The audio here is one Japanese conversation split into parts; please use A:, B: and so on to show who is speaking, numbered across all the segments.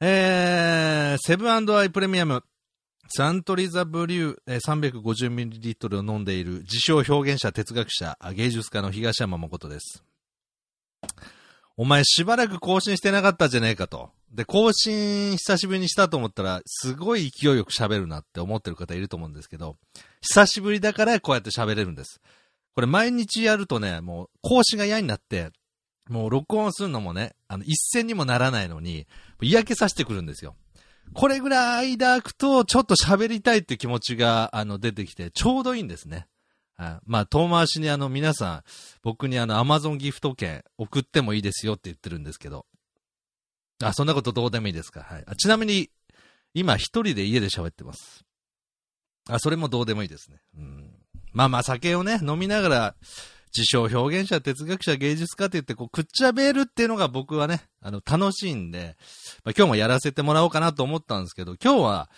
A: えー、セブンアイプレミアム、サントリーザブリュー、えー、350ml を飲んでいる自称表現者、哲学者、芸術家の東山誠です。お前しばらく更新してなかったじゃねえかと。で、更新久しぶりにしたと思ったら、すごい勢いよく喋るなって思ってる方いると思うんですけど、久しぶりだからこうやって喋れるんです。これ毎日やるとね、もう更新が嫌になって、もう録音するのもね、あの、一銭にもならないのに、嫌気さしてくるんですよ。これぐらい抱くと、ちょっと喋りたいって気持ちが、あの、出てきて、ちょうどいいんですね。あまあ、遠回しにあの、皆さん、僕にあの、アマゾンギフト券送ってもいいですよって言ってるんですけど。あ、そんなことどうでもいいですか。はい。あちなみに、今一人で家で喋ってます。あ、それもどうでもいいですね。うん。まあまあ、酒をね、飲みながら、自称表現者、哲学者、芸術家って言って、こう、くっちゃべるっていうのが僕はね、あの、楽しいんで、まあ、今日もやらせてもらおうかなと思ったんですけど、今日は、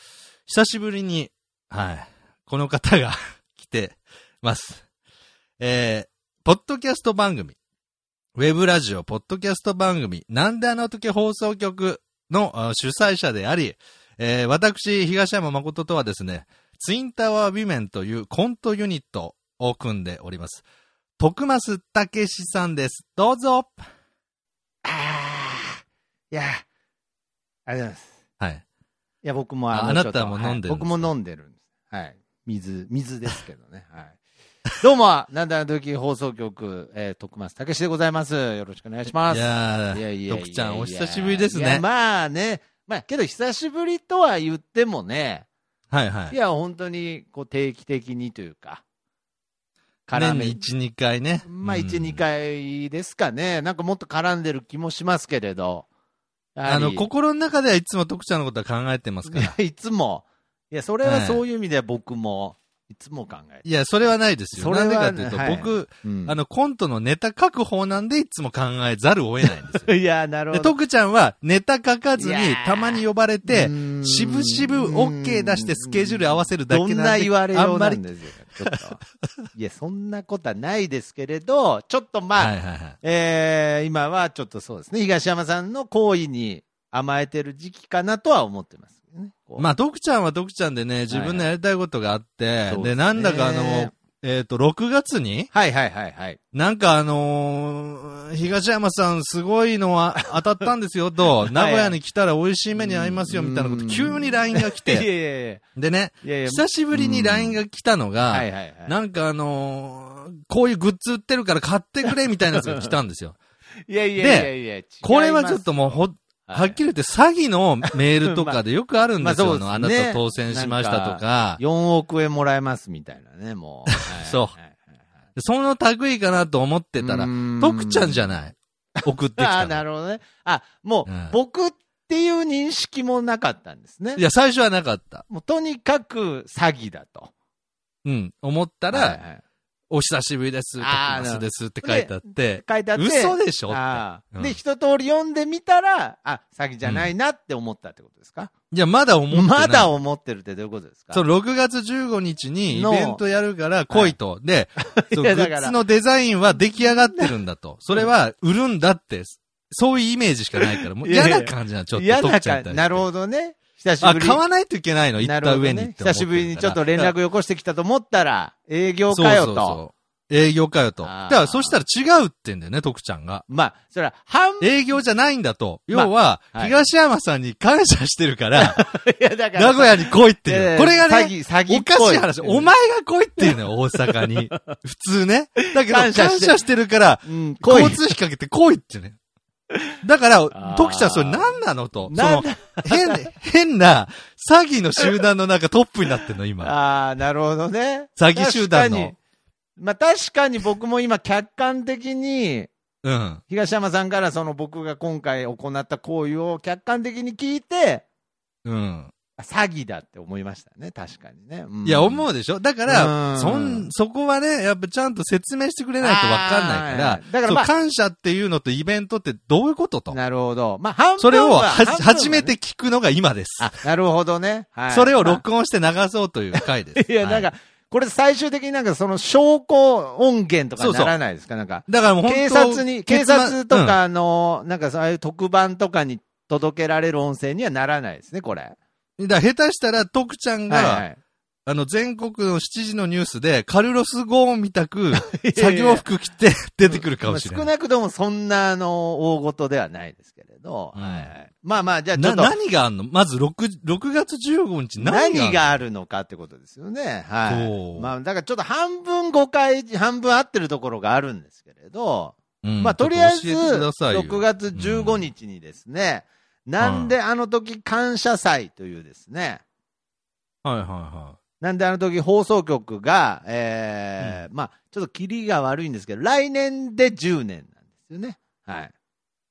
A: 久しぶりに、はい、この方が 来てます。えー、ポッドキャスト番組、ウェブラジオ、ポッドキャスト番組、なんであの時放送局の主催者であり、えー、私、東山誠とはですね、ツインタワーウィメンというコントユニットを組んでおります。徳増たけしさんです。どうぞ。
B: ああ、いや、ありがとうございます。
A: はい。
B: いや、僕も
A: あなたも飲んで
B: る、はい、僕も飲んでるんです。はい。水、水ですけどね。はい。 どうも、なんだの時放送局、えー、徳松たけしでございます。よろしくお願いします。
A: いやいやいや徳ちゃん、お久しぶりですね。
B: まあね、まあ、けど久しぶりとは言ってもね、
A: はいはい。
B: いや、本当に、こう、定期的にというか、
A: 絡め年に1、2回ね。
B: まあ、1、うん、2回ですかね。なんかもっと絡んでる気もしますけれど。
A: あの、心の中ではいつも徳ちゃんのことは考えてますから。、
B: いつも。いや、それはそういう意味では僕も、いつも考えて、はい
A: いや、それはないですよ。それは、ね、なぜかというと、僕、はいうん、あの、コントのネタ書く方なんで、いつも考えざるを得ないんですよ。
B: いや、 なるほど。
A: 徳ちゃんは、ネタ書かずに、たまに呼ばれて、しぶしぶ OK 出してスケジュール合わせるだけなんで。
B: どんな言われようなんですよ。ちょ っと。いや、そんなことはないですけれど、ちょっとまあ、はいはいはい、えー、今はちょっとそうですね、東山さんの行為に甘えてる時期かなとは思ってます。ね、
A: まあ、徳ちゃんは徳ちゃんでね、自分のやりたいことがあって、はいはい、で、ね、なんだかあの、えっ、ー、と、6月に
B: はいはいはいはい。
A: なんかあのー、東山さんすごいの は当たったんですよと、名古屋に来たら美味しい目に合いますよみたいなこと、急に LINE が来て。いやいやいやでねいやいや、久しぶりに LINE が来たのが、はいはいはい、なんかあのー、こういうグッズ売ってるから買ってくれみたいなやつが来たんですよ。
B: いやいやいやいや
A: で、これはちょっともうほ、はっきり言って詐欺のメールとかでよくあるんです よ。まあ、あなた当選しましたとか。か
B: 4億円もらえますみたいなね、 もう。
A: そう。その類かなと思ってたら、徳ちゃんじゃない。送ってきた。
B: あ、なるほどね。あ、もう、うん、僕っていう認識もなかったんですね。
A: いや、最初はなかった。
B: もうとにかく詐欺だと。
A: うん、思ったら、はいはいお久しぶりです、徳松ですって書いてあって、
B: 書いてあって、
A: 嘘でしょって
B: うん、で、一通り読んでみたら、あ、詐欺じゃないなって思ったってことですか、
A: うん、いや、まだ思って
B: る。まだ思ってるってどういうことですか
A: そう、6月15日にイベントやるから来いと。はい、 でグッズのデザインは出来上がってるんだ と。それは売るんだって、そういうイメージしか ないから、もう嫌な感じな、ちょっと。
B: 嫌な感じ。なるほどね。久しぶり。
A: あ、買わないといけないの行った上に、
B: ね、久しぶりにちょっと連絡よこしてきたと思ったら、営業かよと。そうそう
A: そう営業かよと。だから、そしたら違うって言うんだよね、徳ちゃんが。
B: まあ、それは、半
A: 営業じゃないんだと。要は、まあ、東山さんに感謝してるから、
B: いやだから
A: 名古屋に来いっていう。いやいやこれがね
B: 詐欺、詐欺
A: おかしい話。お前が来いっていうのよ、大阪 に。普通ね。だけど、感謝してるから、うん、交通費かけて来いってね。だから、トキちゃんそれ何なのと。その、変、変な詐欺の集団の中トップになってんの、今。
B: ああ、なるほどね。
A: 詐欺集団の。
B: まあ確かに僕も今客観的に、うん。東山さんからその僕が今回行った行為を客観的に聞いて、
A: うん。、
B: 詐欺だって思いましたね、確かにね。うん
A: いや、思うでしょだから、そん、そこはね、やっぱちゃんと説明してくれないとわかんないから、だから、まあ、感謝っていうのとイベントってどういうことと。
B: なるほど。まあ、半
A: 分それをは、ね、初めて聞くのが今です。あ、
B: なるほどね。
A: はい、それを録音して流そうという回です。
B: いや、なんか、はいこれ最終的になんかその証拠音源とかならないですかなんか。
A: だからもう
B: 警察に、警察とかの、うん、なんかそういう特番とかに届けられる音声にはならないですね、これ。
A: だから下手したら、徳ちゃんが、
B: はいはい。
A: あの、全国の7時のニュースで、カルロス・ゴーンみた く、作業服着て 出てくるかもしれない。
B: まあ少なくともそんな、あの、大事ではないですけれど。
A: うん
B: はいはいまあまあ、じゃあちょ
A: な
B: っと。
A: 何があんのまず 6, 6月15日何が
B: 何があるのかってことですよね。は
A: そう
B: い。まあ、だからちょっと半分誤解、半分合ってるところがあるんですけれど、
A: うん
B: まあ、とりあえず、
A: ちょっと教えてくださいよ
B: 6月15日にですね、なんであの時感謝祭というですね、
A: はいはいは
B: なんであの時放送局が、えーまあ、ちょっとキリが悪いんですけど、来年で10年なんですよね。はい。
A: い。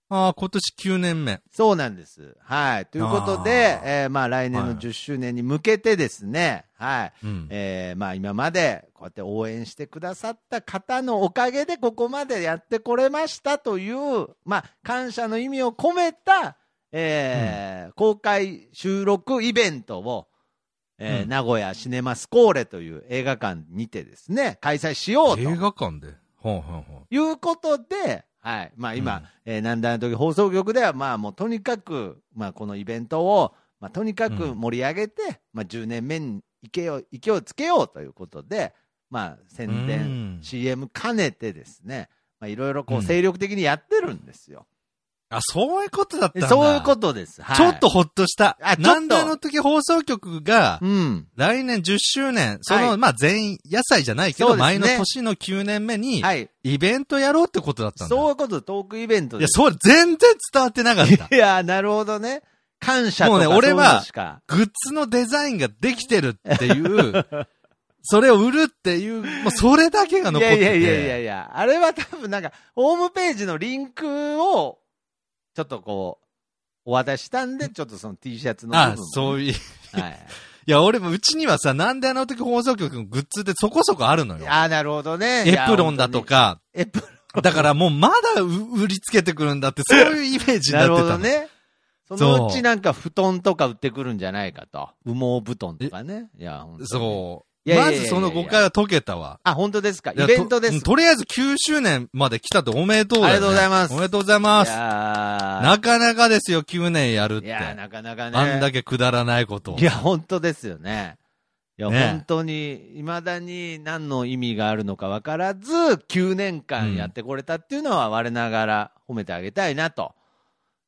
A: ああ、今年9年目。
B: そうなんです。はい。ということで、
A: あー
B: えーまあ、来年
A: はい
B: の10周年に向けてですね、はい。
A: うん。
B: えーまあ、今までこうやって応援してくださった方のおかげでここまでやってこれましたという、まあ、感謝の意味を込めた、えー公開収録イベントを、えー
A: うん
B: 名古屋シネマスコーレという映画館にてですね開催しようと
A: 映画館で。ほうほうほう。
B: いうことで、はいまあ、今、
A: うん
B: えーなんだあの時放送局では、まあ、もうとにかく、まあ、このイベントを、まあ、とにかく盛り上げて、まあ、10年目に勢いを勢いをつけようということで、まあ、宣
A: う
B: 伝、
A: ん
B: CM 兼ねてですね、まあ、いろいろこ
A: うん
B: う精力的にやってるんですよ。
A: あ、そういうことだったんだ。
B: そういうことです。はい、
A: ちょっと、ほっとした。
B: あちょっと
A: なんであの時放送局が、
B: うん、
A: 来年10周年、その、
B: はい
A: まあ、全野菜じゃないけ
B: そ
A: ど、
B: うです
A: 前
B: ね
A: の年の9年目に、
B: はい、
A: イベントやろうってことだったんだ。
B: そういうこと、トークイベント
A: い
B: で
A: や、
B: す。
A: それ全然伝わってなかった。
B: いやなるほどね。感謝と
A: もう
B: か
A: ね
B: そうい
A: 俺
B: う
A: は
B: のしか。
A: グッズのデザインができてるって いう、それを売るっていう、もうそれだけが残ってて。
B: いやいやいやいやいや、あれは多分なんか、ホームページのリンクを、ちょっとこう、お渡ししたんで、ちょっとその T シャツの部分
A: あ、そう
B: い。
A: いう。いう
B: はい。
A: や、俺もうちにはさ、なんであの時放送局のグッズってそこそこあるのよ。
B: あなるほどね。
A: エプロンだとか。
B: いや。本当にエプ
A: だからもうまだう売りつけてくるんだって、そういうイメージに
B: ロン。
A: な
B: な
A: ってた
B: る
A: の
B: ほど。ね。そのうちなんか布団とか売ってくるんじゃないかと。羽毛布団とかね。いや、本当に
A: そう。
B: いやいや
A: ま
B: いやいや
A: ずその誤解は解けたわ。
B: あ、本当ですか。イベントで
A: いや
B: す。
A: ととりあえず9周年まで来たっておめでとうだよ、ね。
B: ありがとうございます
A: おめでとうございます。
B: や
A: なかなかですよ、9年やるっ
B: ーい
A: て。
B: やーなかなかね。
A: あんだけくだらないことを。
B: いや、本当ですよね。いや、
A: ね
B: 本当に、いまだに何の意味があるのか分からず、9年間やってこれたっていうのは、我ながら褒めてあげたいなと。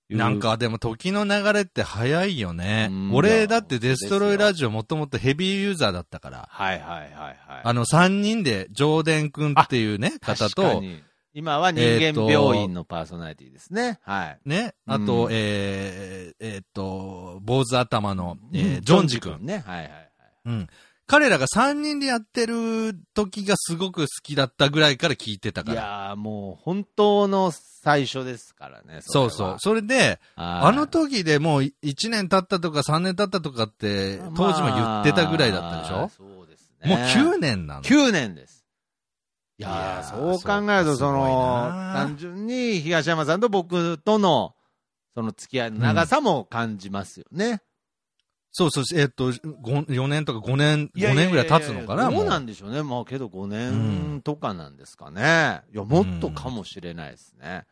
A: なん、かでも時の流れって早いよね
B: う。ん
A: 俺だってデストロイラジオもともとヘビーユーザーだったから。
B: はいはいはいはい。
A: あの3人で、ジョーデン君っていうね、方
B: 確か
A: と、
B: に、今は人間病院のパーソナリティですね。はい。
A: ね、あと、
B: うん
A: えー、えーっと、坊主頭の、えージョンジ君。
B: ね。はいはいはい。
A: うん。彼らが3人でやってる時がすごく好きだったぐらいから聞いてた
B: い
A: から。
B: やーもう本当の最初ですからね。
A: そう
B: れ
A: そ
B: は
A: う。。それで、
B: あ
A: あの時でもう1年経ったとか3年経ったとかって、当時も言ってたぐらいだったでし
B: まあ
A: ょ
B: そうですね。
A: もう9年なの。
B: 9年です。い
A: い
B: や
A: や
B: ー
A: ー
B: そう考える
A: そう
B: と、そ
A: かすごい
B: の、
A: な
B: 単純に東山さんと僕との、その付き合いの長さも感じますよね。
A: そうそう、えっ、と、4年とか5年、
B: いや
A: 5年ぐらい経つのかな、
B: ど
A: も
B: うな
A: う。
B: んでしょうね。まあけど5
A: う
B: 年
A: ん
B: とかなんですかね。いや、もっとかもしれないですね。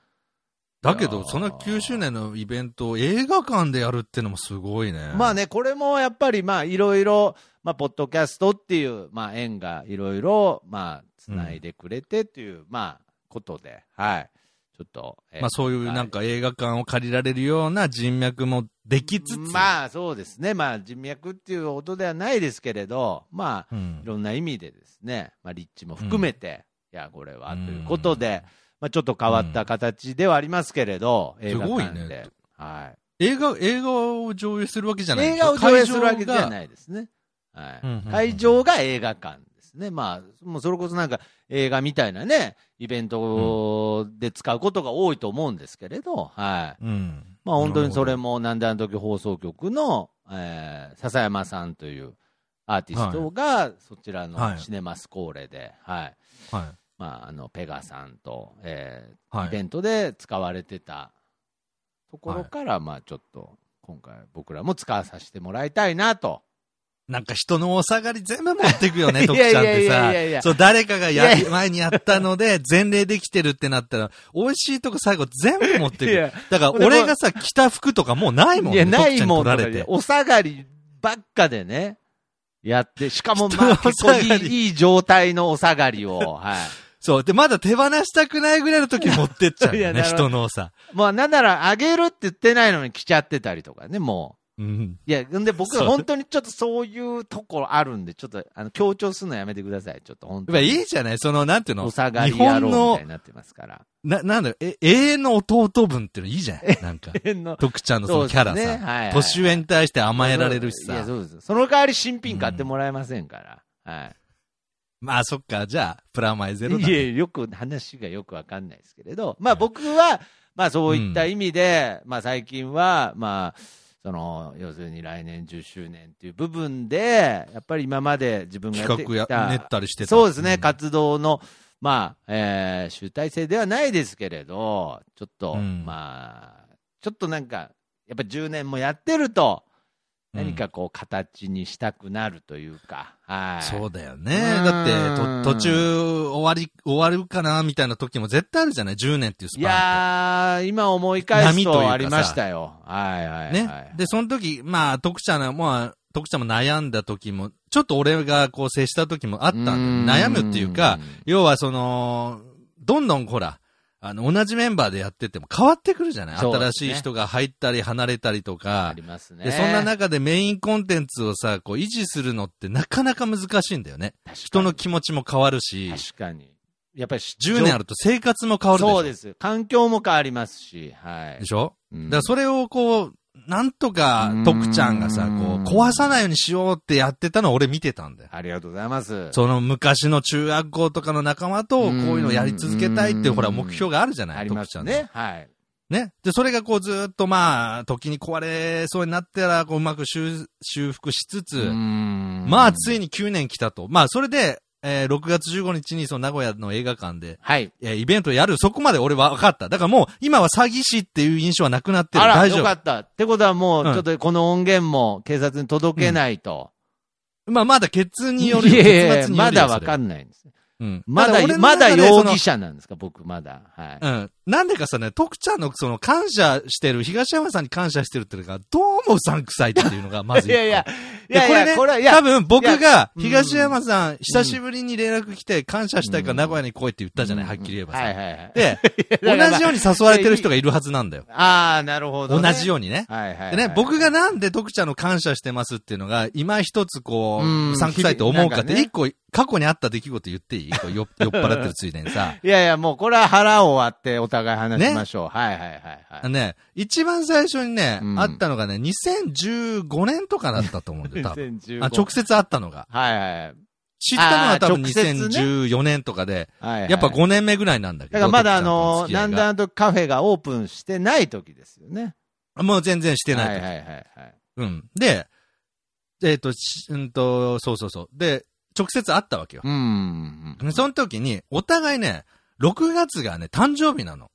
A: だけど、その9周年のイベントを映画館でやるってのもすごいね。
B: まあね、これもやっぱりまあいろいろ、まあ、ポッドキャストっていう、まあ縁がいろいろ、まあ、つないでくれてっていう、まあ、ことで、はい。ちょっと、えー
A: まあそういうなんか映画館を借りられるような人脈もできつつ。
B: まあそうですね、まあ、人脈っていうことではないですけれど、まあ、
A: う
B: い
A: ん、
B: ろんな意味でですね、まあ、立地も含めて、いや、これはということで、まあ、ちょっと変わった形ではありますけれど、映画館
A: すごいね
B: で、は
A: 映画、映画を上映するわけじゃ
B: い、
A: ない
B: 映画を上映するわけじゃ
A: い。
B: ないですね、は
A: うんうんう
B: い、
A: ん
B: 会場が映画館ですね、まあ、もうそれこそなんか映画みたいなね、イベントで使うことが多いと思うんですけれど、はい、
A: うん。
B: まあ本当にそれ
A: も。
B: も、なんであの時放送局の、えー、笹山さんというアーティストが、そちら
A: は
B: の
A: い
B: シネマスコーレで、はい。
A: は
B: まあ、あの、ペガさんと、え
A: い。は
B: ー、イベ
A: い。
B: ントで使われてたところから、まあちょっと、今回僕らも使わさせてもらいたいなと
A: なんか人のお下がり全部持ってくよね、徳ちゃんっ
B: いやい
A: て
B: やい
A: さ
B: やいや。
A: そう、誰かが
B: いや
A: や
B: い
A: 前にやったので、前例できてるってなったら、美味しいとこ最後全部持ってく
B: いや
A: る。だから俺がさ、着た服とかもうないもん
B: い
A: ね。
B: や、ないも
A: 徳ちゃんに
B: んとか
A: 取られ
B: で
A: て。
B: お下がりばっかでね、やって、しかもまあ
A: 人のお
B: 結
A: 下が
B: 構
A: り
B: いいいい状態のお下がりを、はい。
A: そう。で、まだ手放したくないぐらいの時持ってっちゃう
B: いや
A: よ
B: な
A: ね、
B: るほ
A: 人
B: ど
A: のおさ。
B: まあなんならあげるって言ってないのに来ちゃってたりとかね、も
A: うん。
B: う。いや、んで僕
A: そう
B: 本当にちょっとそういうところあるんで、ちょっとあの強調するのやめてください。ちょっと本
A: や
B: 当
A: っぱい
B: に。
A: いじゃないその、なんていうの
B: お下が
A: 日
B: り野
A: 本
B: 郎み
A: の
B: たい、になってますから。
A: な、なんだろう、え、永遠の弟分っていうのいいじゃないなんか。
B: の
A: 徳ちゃんのそのキャラさ。年上に対して甘えられるし
B: いや、
A: さ。
B: そうです。その代わり新品買ってもらえませんから。はい。
A: まあ、そっか。じゃあ、プラマイゼロだ、
B: い
A: ね。
B: え、よく、話がよくわかんないですけれど、まあ僕は、まあそういった意味で、まあ最近は、まあ、その、要するに来年10周年っていう部分で、やっぱり今まで自分がやって
A: 企画
B: き、
A: や、練ったたりしてた。
B: そうですね、
A: ん
B: 活動の、まあ、えー集大成ではないですけれど、ちょっと、
A: うん
B: まあ、ちょっとなんか、やっぱ10年もやってると、何かこう形にしたくなるというか、はい。
A: そうだよ
B: う
A: ね。
B: ーん
A: だって、と途中終わり、終わるかなみたいな時も絶対あるじゃない ?10 年っていうスパンって。
B: いやー、今思い返す
A: 波という
B: と
A: か
B: ありましたよ。はいはい、はい。
A: ね。で、その時、まあ、徳ちゃんは、まあ、徳ちゃんも悩んだ時も、ちょっと俺がこう接した時もあったんだよ。悩むっていうか、、要はその、どんどんほら、あの、同じメンバーでやってても変わってくるじゃない、
B: そうで
A: 新
B: すね
A: しい人が入ったり離れたりと
B: あ
A: か
B: り。ますね。
A: で、そんな中でメインコンテンツをさ、こう維持するのってなかなか難しいんだよね。人の気持ちも変わるし、
B: 確かに。やっぱり
A: 10年あると生活も変わるでしょ
B: そうです。環境も変わりますし、はい
A: で。しょ
B: うん
A: だからそれをこう、なんとか
B: うん、
A: 徳ちゃんがさ、こう、壊さないようにしようってやってたのを俺見てたんだよ。
B: ありがとうございます。
A: その昔の中学校とかの仲間と、こういうのをやり続けたいって、
B: うん
A: ほら、目標があるじゃない
B: あり
A: 徳
B: ま
A: ち
B: す
A: ゃんの
B: ね。はい。
A: ね。で、それがこうずーっとまあ、時に壊れそうになったら、こううまく修修復しつつ、ま
B: ま
A: あ、ついに9年来たと。まあ、それで、えー6月15日にその名古屋の映画館で、
B: はい。
A: えーイベントやる。そこまで俺は分かった。だからもう、今は詐欺師っていう印象はなくなってる。
B: あら、
A: 大丈
B: よ
A: 夫
B: か。った。ってことはもう、
A: うん
B: ちょっとこの音源も警察に届けないと。
A: まあ、まだ決による
B: い
A: よ。
B: えいえ
A: 結末によ
B: ま
A: るよ
B: だわ
A: な
B: か
A: い。
B: んないんです。
A: うん。
B: ま
A: た俺
B: だ、
A: の
B: まだ
A: 中で
B: 容
A: その
B: 疑者なんですか、僕まだ。はい。
A: うん。なんでかさね、徳ちゃんのその感謝してる、東山さんに感謝してるっていうのが、どうもうさんくさいっていうの が、まず一
B: い
A: 個
B: やいや、い
A: で、
B: や
A: こ
B: い
A: れ
B: や、
A: ね、
B: これは、い
A: 多
B: や、
A: 分僕
B: いや
A: が、
B: うん
A: 東山さん、久しぶりに連絡来て、感謝したいから
B: うん
A: 名古屋に来いって言ったじゃない、はっきり言えば
B: はい
A: さ。
B: はい はい。
A: で、同
B: だから
A: じように誘われてる人がいるはずなんだよ。
B: ああ、なるほど、
A: 同
B: ね。
A: じようにね。
B: う。はいはいはい、
A: でね、僕がなんで徳ちゃんの感謝してますっていうのが、今一つこ
B: う
A: う、
B: ん
A: うさんくさいと思うかっ
B: なんか
A: て、
B: ね
A: 一個、過去にあった出来事言っていいこう酔っ 酔っ払ってるついでにさ。
B: いやいや、もうこれは腹を割ってお互い話しましょう。はいはいはいはい
A: あ。のね、一番最初にね、
B: うん
A: あったのがね、2015年とかだったと思うんだよ、多分。
B: 2015
A: あ直接会ったのが。
B: はいはいはい
A: 知ったのは多分
B: あー直接ね
A: 2014年とかで、
B: はいはい。
A: やっぱ5年目ぐらいなんだけど。
B: だからまだあ
A: 徳
B: の、
A: ちゃ
B: なんん
A: との付き合いが
B: だんとカフェがオープンしてない時ですよね。
A: もう全然してない
B: はい
A: 時。
B: はいはいはい。
A: うん。で、えっ、と、しうんと、そうそうそう。で、直接会ったわけよ
B: う。ん。
A: でその時に、お互いね、6月がね、誕生日なの。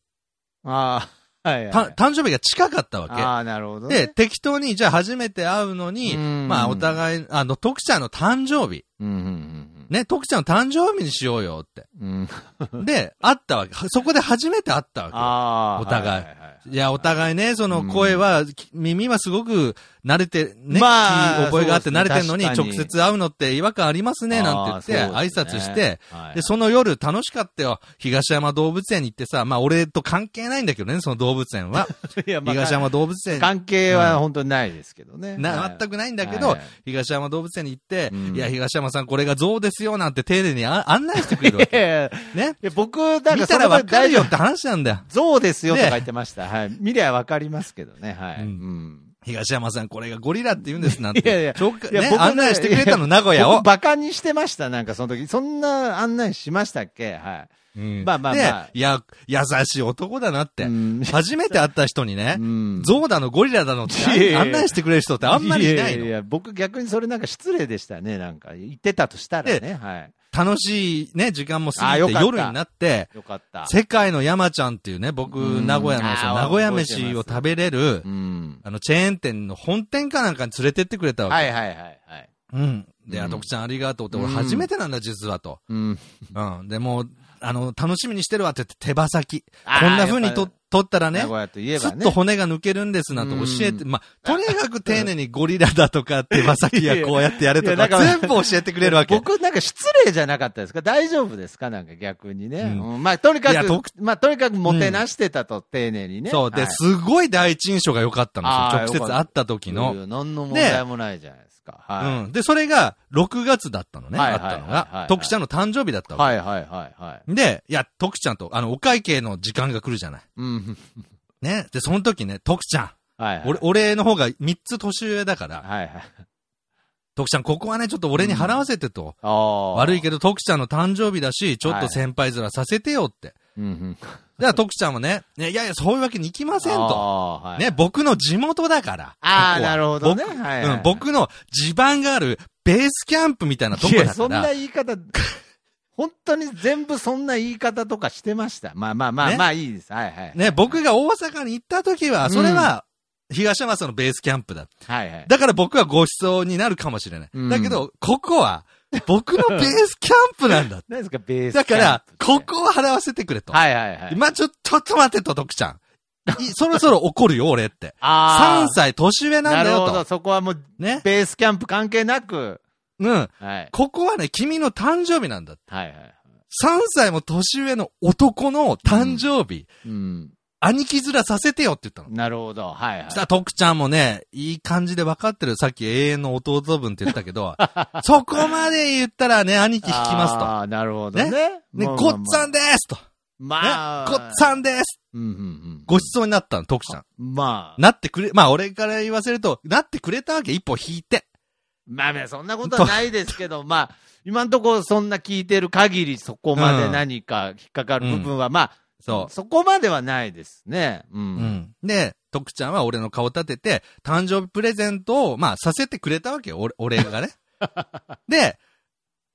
B: ああ、はいはい
A: た
B: はい。
A: 誕生日が近かったわ
B: ああ、なるほ
A: け。
B: ど、
A: で、
B: ね。
A: 適当に、じゃあ初めて会うのに、
B: うん
A: まあお互い、あの、徳ちゃんの誕生日。
B: うん、うん
A: ね、徳ちゃんの誕生日にしようよって。
B: うん、うん。
A: で、会ったわけ。そこで初めて会ったわ
B: ああ。
A: お互い
B: ははは
A: け。いや、お互いね、その声は、き耳はすごく慣れて、ね、
B: まあ
A: 聞き覚えがあって
B: そうで
A: 慣
B: す
A: れ
B: ね
A: てんのに、
B: 確かに
A: 直接会うのって違和感ありますね、なんて言って、
B: あ
A: 挨
B: ーそうで
A: 拶
B: す
A: し
B: ね
A: て、
B: はい
A: で、その夜楽しかったよ。東山動物園に行ってさ、まあ俺と関係ないんだけどね、その動物園は。
B: い やまあ
A: 東山動物園、
B: 関係は本当にないですけどね。
A: な、全
B: く
A: くないんだけ
B: は
A: ど
B: いはい、
A: 東山動物園に行って
B: う、ん
A: いや、東山さんこれが象ですよ、なんて丁寧にあ案内してくれるわ け。ね。
B: いや僕、だか
A: 見
B: ら
A: た
B: そ
A: ら
B: れ
A: わ
B: は
A: か
B: 大
A: る
B: 丈
A: よ
B: 夫
A: っ。て話なんだよ。
B: 象ですよと
A: ね
B: か言ってました。はい。見りゃわかりますけどね。はい。
A: う
B: うんん。
A: 東山さん、これがゴリラって言うんですなんて。
B: いやいや
A: 紹介
B: いや
A: ね、
B: 僕ね
A: 案内してくれたの、名古屋を
B: 僕、。バカにしてました。なんかその時。そんな案内しましたっけは
A: うん
B: まあまあまあ
A: でいや、優しい男だなっ
B: い。
A: て
B: う。 ん。
A: 初めて会った人にね
B: う、ん
A: 象だの、ゴリラだのって
B: いやい
A: あ
B: や
A: 案内してくれる人ってあんまりいない
B: や
A: の
B: い。や、僕逆にそれなんか失礼でしたね。なんか言ってたとしたらね。はい。
A: 楽しいね、時間も過
B: あ
A: ぎ
B: よ
A: て、
B: かった
A: 夜になって、
B: よかった。
A: 世界の山ちゃんっていうね、僕、
B: うん
A: 名古屋の、
B: あー
A: その名古屋
B: 覚えて
A: 飯を
B: ます
A: 食べれる
B: う、ん。
A: あの、チェーン店の本店かなんかに連れてってくれたわけ。
B: はいはいはいはい。
A: うん。で、
B: うん
A: あ、徳ちゃんありがとうって、俺
B: うん
A: 初めてなんだ、実はと。
B: うん。
A: うん。で、もう、あの、楽しみにしてるわって言って、手羽先。
B: あー
A: こんな風に
B: やっぱ
A: と取ったら
B: 名
A: ね
B: 古、屋といえ
A: す
B: ば
A: っ
B: ね。
A: と骨が抜けるんですなんて教えて、
B: う
A: まあ、とにかく丁寧にゴリラだとか、手羽先やこうやってやれとか、
B: いやいやだ
A: 全
B: か
A: 部教えてくれるわけ。
B: 僕なんか失礼じゃなかったですか大丈夫ですかなんか逆にね。
A: うん
B: うんまあとにか
A: いや
B: く
A: と、
B: まあとにかくもてなしてたと、丁寧にね。
A: そう。で、
B: はい
A: すごい第一印象が良かった
B: あー
A: んですよ。直接会った時
B: いやい
A: の。
B: や何の問題もないじゃないですか。は
A: うん。で、それが、6月だったのね。
B: はい
A: あ
B: は
A: っ
B: いはい
A: たの
B: はいは
A: が
B: い。
A: 徳ちゃんの誕生日だっ
B: い。
A: たわ
B: はいはいはいはい。
A: け。で、いや、徳ちゃんと、あの、お会計の時間が来るじゃない。
B: うん。
A: ね。で、その時ね、徳ちゃん。
B: はいはい。
A: 俺、俺の方が3つ年上だから、
B: はいはい。
A: 徳ちゃん、ここはね、ちょっと俺に払わせてと。
B: ああ。
A: 悪いけど、徳ちゃんの誕生日だし、ちょっと先輩面させてよって。
B: ど。うんうん。
A: じゃあ、徳ちゃんもね、ねいやいや、そういうわけにいきませんと。
B: あーはい
A: ね、僕の地元だから。
B: あ
A: こ
B: あ、
A: こは
B: なるほどね。
A: 僕
B: はいはい
A: うん、僕の地盤があるベースキャンプみたいなとこ
B: い
A: だ
B: やそん
A: から。
B: な言い方、本当に全部そんな言い方とかしてました。まあまあまあ、
A: ね
B: まあいいです。はいはい。
A: ね、僕が大阪に行った時は、それは、東山さんのベースキャンプだ。
B: はいはい。
A: だから僕はご馳走になるかもしれない。
B: うん。
A: だけど、ここは、僕のベースキャンプなんだ
B: 何ですか、ベースキャ
A: だ
B: ンプ
A: か
B: っ
A: ら、
B: て。
A: ここを払わせてくれと。
B: はいはいはい。
A: まあ、ちょ、ちょっと待てと、徳ちゃん。いそろそろ怒るよ、俺って。
B: あ
A: 3歳年上
B: あ、な
A: なんだ
B: る
A: よ
B: ほど。
A: と。
B: そこはもう、
A: ね。
B: ベースキャンプ関係なく、
A: うん。
B: はい。
A: ここはね、君の誕生日なんだ。
B: はいはい。
A: 3歳も年上の男の誕生日、
B: うん。
A: 兄貴面させてよって言ったの。
B: なるほど。はいはい
A: そし。たら、徳ちゃんもね、いい感じで分かってる。さっき永遠の弟分って言ったけど、 そこまで言ったらね、兄貴引きますと。
B: ああ、なるほどね。
A: ねね、
B: まあまあ
A: ごっつぁんですと。ね、
B: まあ。
A: ごっつぁんです。
B: うんうんうん。
A: ご馳走になったの、徳ちゃん。
B: まあ。
A: なってくれ、まあ俺から言わせると、なってくれたわけ、一歩引いて。
B: まあまあ、そんなことはないですけど、まあ、今んとこそんな聞いてる限り、そこまで何か引っかかる部分は、まあ、
A: そう。
B: そこまではないですね。う。
A: うんん。で、徳ちゃんは俺の顔立てて、誕生日プレゼントを、まあ、させてくれたわけよ、俺俺が ね。で、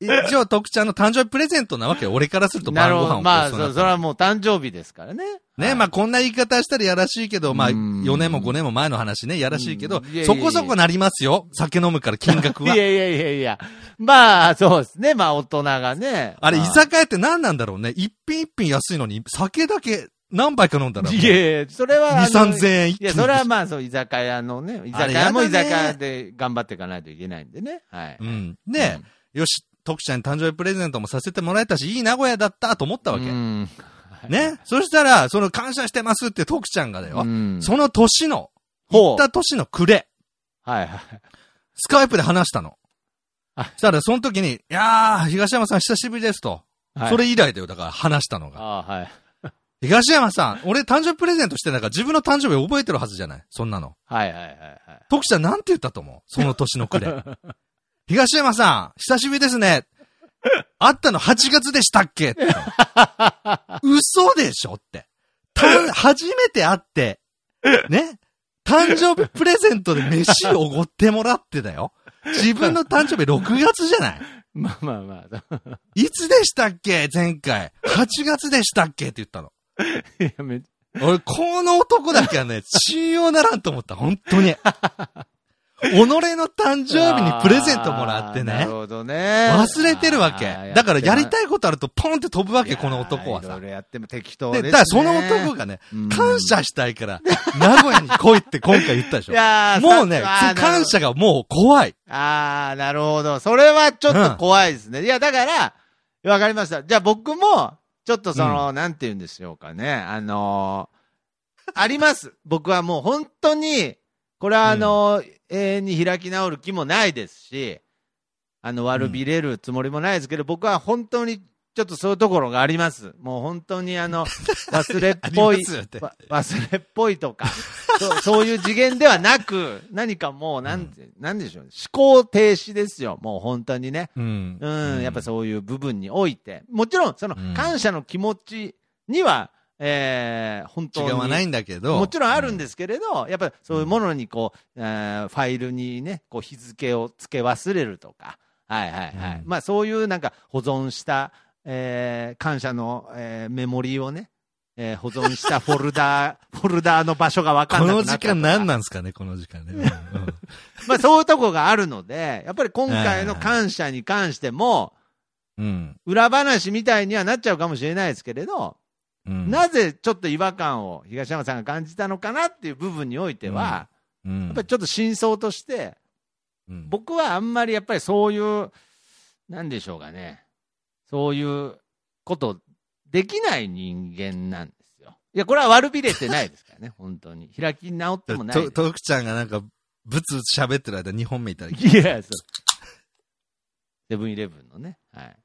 A: 一応徳ちゃんの誕生日プレゼントなわけよ、俺からすると
B: な
A: 晩
B: るほ
A: ご飯
B: ど。
A: を
B: ま
A: ご
B: あ、そ
A: 馳走に
B: それ
A: なった
B: はもう誕生日ですからね。
A: ね、まあ
B: あ、
A: こんな言い方したらやらしいけど、まあ
B: うん
A: 4年も5年も前の話ね、やらしいけど
B: うんいやいやい、や
A: そこそこなりますよ、酒飲むから金額
B: い
A: は
B: や。いやいやいや。まあ、そうですね。まあ、大人がね。
A: あれ、居
B: ま
A: 酒屋って何なんだろうね。一品一品安いのに、酒だけ何杯か飲んだらもう、
B: いやいや、それは。
A: 2、
B: あの
A: 3000円一気
B: い
A: に
B: や、それはまあ、そう、居酒屋のね、居酒屋も
A: あれ
B: 居
A: やだね
B: 酒屋で頑張っていかないといけないんでね。はい。
A: うん。で、よし、徳ちゃんに誕生日プレゼントもさせてもらえたし、いい名古屋だったと思ったわけ。
B: うん。
A: ね。そしたら、その感謝してますって徳ちゃんがだよ。
B: うん
A: その年の、行っ
B: ほう。
A: た年の暮れ、
B: はいはい。
A: スカイプで話したの
B: はい。
A: したら、その時に、いやー、東山さん久しぶりですと。
B: はい
A: それ以来だよ、だから話したのが。
B: ああ、はい。
A: 東山さん、俺誕生日プレゼントしてなんから自分の誕生日覚えてるはずじゃないそんなの。
B: はいはいはいはい。
A: 徳ちゃんなんて言ったと思うその年の暮れ。 東山さん、久しぶりですね。会ったの8月でしたっけって嘘でしょって。た、初めて会って、ね。誕生日プレゼントで飯をおごってもらってだよ。自分の誕生日6月じゃない
B: まあまあまあ。
A: いつでしたっけ前回。8月でしたっけって言ったの。
B: いやめ
A: 俺、この男だけはね、信用ならんと思った、本当 に。己の誕生日にプレゼントもらって
B: あーな
A: ね
B: る。ほどね。
A: 忘れてるわけ
B: あー。
A: だからやり
B: い
A: たいことあるとポンって飛ぶわ
B: わ
A: け、この男はい
B: ろ
A: さ
B: い。ろやっても適当で
A: で、
B: す、ね。
A: だからその男がね、
B: うん
A: 感謝したいから、名古屋に来いって今回言ったでし
B: い
A: ょ。
B: やー
A: もうね、
B: さあー
A: 感謝がもう怖い。
B: なるほどあー、なるほど。それはちょっと怖いですね。いや、だから、わかりました。じゃあ僕も、ちょっとその、なんて言うんでしょうかね。あのーあります。僕はもう本当に、これはあのー永遠に開き直る気もないですし、あの、悪びれるつもりもないですけど、僕は本当に、ちょっとそういうところがあります。もう本当 にあの、忘れっ
A: あり
B: ぽ
A: ま
B: い、
A: すって。
B: わ忘れっぽいとかそう、そういう次元ではなく、何かもう、なんて、なんでしょう、思考停止ですよ、もう本当にね。
A: うん
B: うん、やっぱそういう部分において、もちろん、その
A: うん、
B: 感謝の気持ちには、えー本当
A: 違
B: に。
A: わないんだけど。
B: もちろんあるん
A: で。
B: ですけれど、やっぱりそういうものにこう、えーファイルにね、こう日付を付け忘れるとか、はいはいはい。
A: うん
B: まあそういうなんか保存した、えー感謝の、えーメモリーをね、えー保存した フォルダー、フォルダーの場所がわか
A: こ
B: んなくな
A: の
B: った
A: 時
B: とか
A: 間何なんですかね、この時間ね。うんうん
B: まあそういうとこがあるので、やっぱり今回の感謝に関しても、
A: うん。
B: 裏話みたいにはなっちゃうかもしれないですけれど、
A: うん
B: なぜちょっと違和感を東山さんが感じたのかなっていう部分においては、
A: うん
B: やっぱりちょっと真相として、
A: うん
B: 僕はあんまりやっぱりそういう、なんでしょうかね、そういうことできない人間なんですよ。いや、これは悪びれてないですからね、 本当に。開き直ってもないです
A: と、とふくちゃんがなんか、ぶつぶつ喋ってる間2本目いただき。
B: いや、そう。セブンイレブンのね、はい。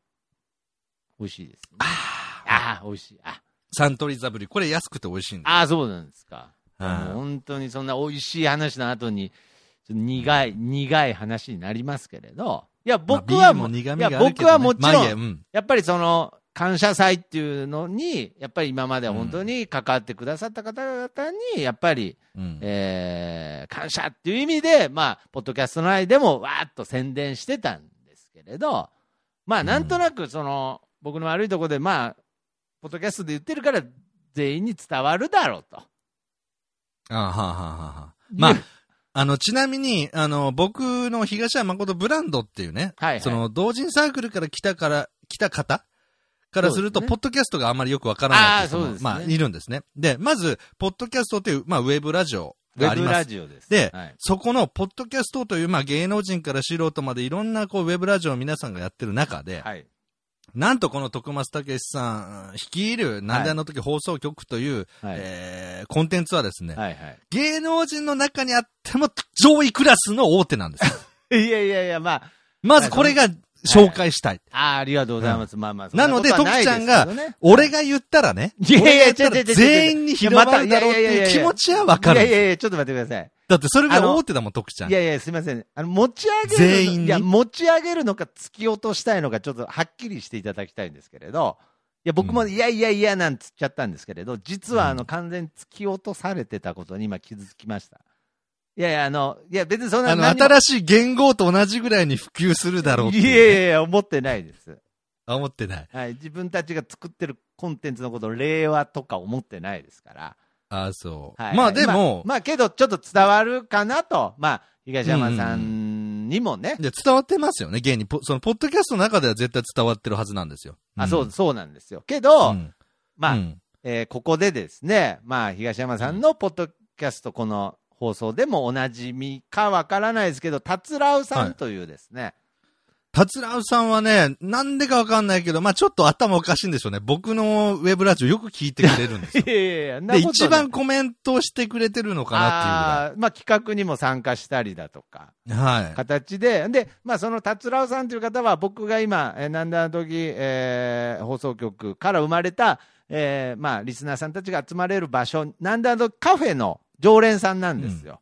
B: 美味しいです、ね。ああ、美味しい。あ
A: サントリーザブリュー。これ安くて美味しいんだ。
B: あー、そうなんですか。
A: うん
B: もう本当にそんな美味しい話の後に、ちょっと苦い、苦い話になりますけれど、いや、僕
A: ま
B: はも
A: あ
B: う、
A: ビールも苦
B: い
A: 味があるけ
B: や、
A: どね
B: 僕はもち
A: ま
B: ろ
A: あいい
B: ん
A: や、うん。
B: やっぱりその、感謝祭っていうのに、やっぱり今まで本当に関わってくださった方々に、やっぱり、
A: うん
B: えー感謝っていう意味で、まあ、ポッドキャスト内でもわーっと宣伝してたんですけれど、まあ、なんとなく、その、僕の悪いところで、まあ、ポッドキャストで言ってるから、全員に伝わるだろうと。
A: あはあはあはあはあまあ、あの、ちなみに、あの、僕の東山誠ブランドっていうね、
B: はいはい
A: その、同人サークルから来たから、来た方からすると、
B: そうですね
A: ポッドキャストがあまりよくわからないってい人
B: あーそう
A: も
B: ですね
A: まあ、いるんですね。で、まず、ポッドキャストという、まあ、ウェブラジオ
B: ウ
A: があ
B: ェ
A: り
B: ブ
A: ま
B: ラ
A: す。
B: ジオです。
A: で
B: はい、
A: そこの、ポッドキャストという、まあ、芸能人から素人までいろんな、こう、ウェブラジオを皆さんがやってる中で、
B: はい。
A: なんとこの徳松武さん率いる、なんであの時放送局という、
B: はい。
A: えーコンテンツはですね、
B: はいはい
A: 芸能人の中にあっても上位クラスの大手なんです よ。
B: いやいやいや、まあ、
A: まずこれが紹介したい。
B: あーありがとうございます。まあまあ、そ
A: なので、
B: こと
A: 徳
B: は
A: ちゃ
B: い
A: ん
B: すけ
A: が
B: どね、
A: 俺が言ったらね、
B: いやいや
A: 俺が言ったら
B: 違う違う違う違う
A: 全員に広まるだろうっていう気持ちはわか
B: いやい
A: る。
B: やいや、ちょっと待ってください。
A: だってそれが大手だもん、徳ちゃん。
B: いやいや、すみません。あの、持ち上げるの
A: 全員に
B: いや、持ち上げるのか突き落としたいのか、ちょっとはっきりしていただきたいんですけれど、いや、僕も、
A: うん
B: いやいやいやなんつっちゃったんですけれど、実
A: う
B: は、
A: ん
B: あの、完全に突き落とされてたことに今気づきました。いやいや、あの、いや、別にそんな
A: あの、
B: 何も
A: 新しい言語と同じぐらいに普及するだろうって
B: いや
A: いう
B: いやいや、思ってないです。
A: 思ってない。
B: はい、自分たちが作ってるコンテンツのこと、令和とか思ってないですから。
A: ああ、そう。
B: はい
A: まあでも、
B: まあ、まあけど、ちょっと伝わるかなと、まあ、東山さんにもね、
A: で伝わってますよね、現に。ポその、ポッドキャストの中では絶対伝わってるはずなんですよ。
B: あ、そうう、
A: ん
B: そうなんですよ。けど、
A: うん
B: まあ、
A: うん
B: えーここでですね、まあ、東山さんのポッドキャスト、この放送でもおなじみかわからないですけど、達郎さ
A: はい
B: んというですね、。
A: 達郎さんはね、なんでかわかんないけど、まあちょっと頭おかしいんでしょうね。僕のウェブラジオよく聞いてくれるんですよ
B: いやいやい や、んな
A: で、
B: こと
A: 一番コメントしてくれてるのかなっ
B: あーまあ、企画にも参加したりだとか、
A: ていうぐらい。はい。
B: 形で、で、まあ、その達郎さんという方は、僕が今、えー、なんだあの時、えー放送局から生まれた、えーまあ、リスナーさんたちが集まれる場所、なんだあのカフェの常連さんなんですよ。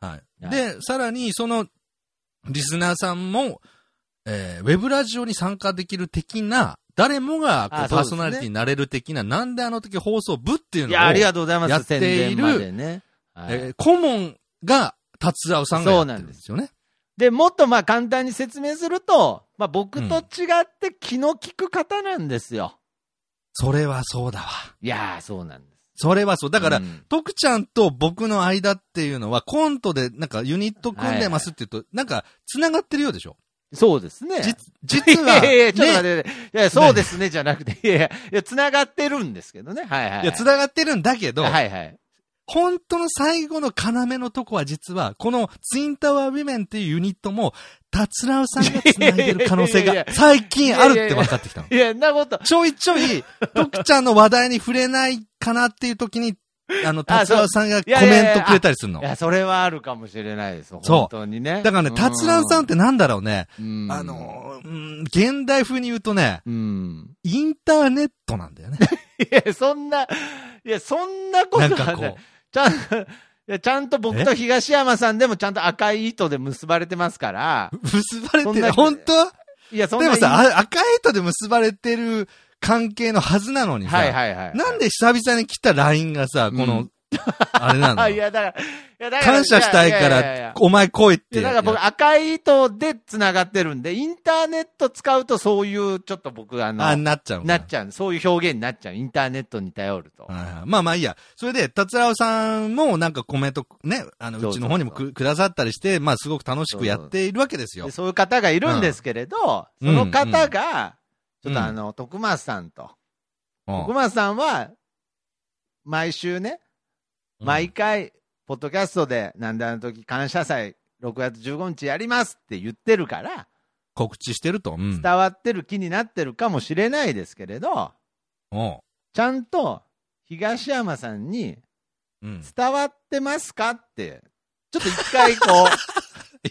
A: はい。で、さらに、その、リスナーさんも、えーウェブラジオに参加できる的な、誰もがこ
B: あ
A: う
B: そ
A: パ
B: う
A: ー
B: です
A: ソ
B: ね
A: ナリティになれる的な、なんであの時放送部っていうのを、
B: いや、ありがとうございま
A: や
B: す、
A: って
B: 宣
A: いる
B: 伝までね。はい
A: えー顧問が達郎さんがやってるんですよね。
B: で、もっとまあ簡単に説明すると、まあ僕と違って気の利く方なんですよ。
A: それはそうだわ。
B: いやー、そうなんです。
A: それはそう。だから、
B: うん
A: 徳ちゃんと僕の間っていうのは、コントで、なんか、ユニット組んでますって言うと、なんか、繋がってるようでしょ
B: そうですね。
A: じ実は、
B: いやいやいや、ちょっと
A: ね
B: 待って、いや、そうですね、じゃなくて、いやいやいや、繋がってるんですけどね。はいはい。
A: いや、繋がってるんだけど、
B: はいはい。
A: 本当の最後の要のとこは実は、このツインタワーウィメンっていうユニットも、達郎さんが繋いでる可能性
B: いや
A: が
B: いやいや
A: 最近あるって分かってきたの。
B: いや、んなこと。
A: ちょいちょい、徳ちゃんの話題に触れないかなっていう時に、あの、
B: あ
A: 達
B: そう
A: 郎さんがコ
B: いやいやい
A: メ
B: や
A: ントくれたりするの
B: い。や、それはあるかもしれないです。本
A: そう
B: 当にね。
A: だからね、達郎さんってなんだろうね。
B: うん、
A: あのー、うん現代風に言うとね、
B: うん。
A: インターネットなんだよね。
B: いや、そんな、いや、 そんなこ
A: な
B: とは
A: ん
B: ない。
A: かこ
B: ちゃん、いやちゃんと僕と東山さんでもちゃんと赤い糸で結ばれてますから
A: う、、結ばれ
B: そ
A: て
B: ん
A: る。
B: な
A: 本当
B: いや、そんな
A: で
B: 意
A: も
B: 味。
A: さ、あ赤い糸で結ばれてる関係のはずなのにさ、
B: はいはいはい。
A: なんで久々に来た LINE がさ、こ
B: う
A: の
B: ん、
A: あれなの
B: いや、だから、いや、だから。
A: 感謝したいか
B: ややや
A: ら、
B: や
A: お前来いっ
B: いや
A: て。
B: だから僕、赤い糸で繋がってるんで、インターネット使うとそういう、ちょっと僕、あの、
A: あ、なっちゃうんだ
B: なっちゃう。そういう表現になっちゃう。インターネットに頼ると。
A: はいはいまあまあいいや。それで、達郎さんもなんかコメントね、あの、
B: そうそう
A: う
B: そ
A: ち
B: う
A: の方にもくくださったりして、まあすごく楽しくやっているわけですよ
B: で。そういう方がいるんですけれど、
A: うん
B: その方が、
A: う
B: ちょ
A: ん
B: っとあの、徳松さんと、
A: うん
B: 徳松さんは、毎週ね、
A: うん
B: 毎回、ポッドキャストで、なんであの時、感謝祭、6月15日やりますって言ってるから、
A: 告知してると。うん。
B: 伝わってる気になってるかもしれないですけれど、
A: お
B: ちゃんと、東山さんに、
A: ううん。
B: 伝わってますかって、ちょっと一 回こう、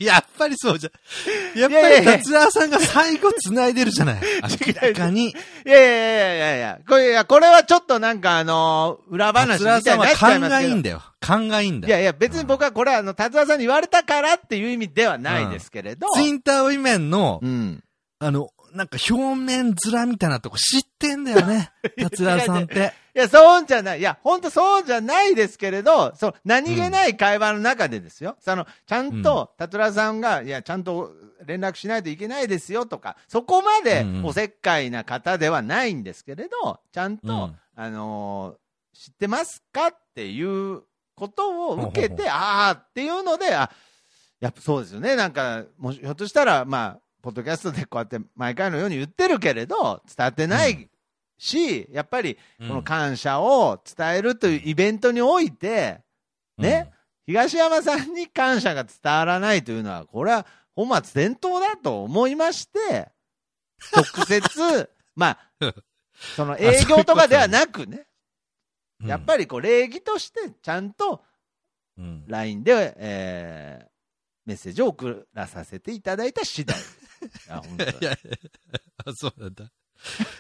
A: やっぱりそうじゃん。やっ
B: いやい
A: ぱ
B: や
A: り
B: いや
A: 達郎さんが最後繋いでるじゃない。明らかに。
B: いやいやいやいやいや、これ、いやこれはちょっとなんかあのー裏
A: 達
B: 話み
A: 郎
B: たいに
A: さ
B: なっ
A: ん
B: ち
A: は
B: ゃい
A: 勘
B: ます
A: がい
B: け
A: い
B: ど
A: ん。だよ。勘がいいんだ
B: いや
A: よ。
B: いや、別に僕はこれはあの、達田さんに言われたからっていう意味ではないですけれど。
A: ツインターウィメンの、
B: うん。
A: あの、なんか表面面みたいなとこ知ってんだよね。達郎さんって。
B: いや、そうじゃない。いや、ほんとそうじゃないですけれど、そう、何気ない会話の中でですよ。その、ちゃんと、達田さんが、いや、ちゃんと連絡しないといけないですよとか、そこまで
A: うんうん
B: おせっかいな方ではないんですけれど、ちゃんと、
A: うん
B: あのー知ってますかっていうことを受け
A: ほうほうほ
B: て、ああっていうので、あやっぱそうですよね、なんか、もしひょっとしたら、まあ、ポッドキャストでこうやって毎回のように言ってるけれど、伝わってないし、やっぱりこの感謝を伝えるというイベントにおいて、
A: うん
B: ね。東山さんに感謝が伝わらないというのは、これは本末転倒だと思い まして、直接、まあ、その営業とかではなくね、
A: うん
B: やっぱりこう礼儀として、ちゃんと
A: うん。
B: LINE で、えーメッセージを送らさせていただいた次 第。いや本当
A: いやいや、あそうなんだ。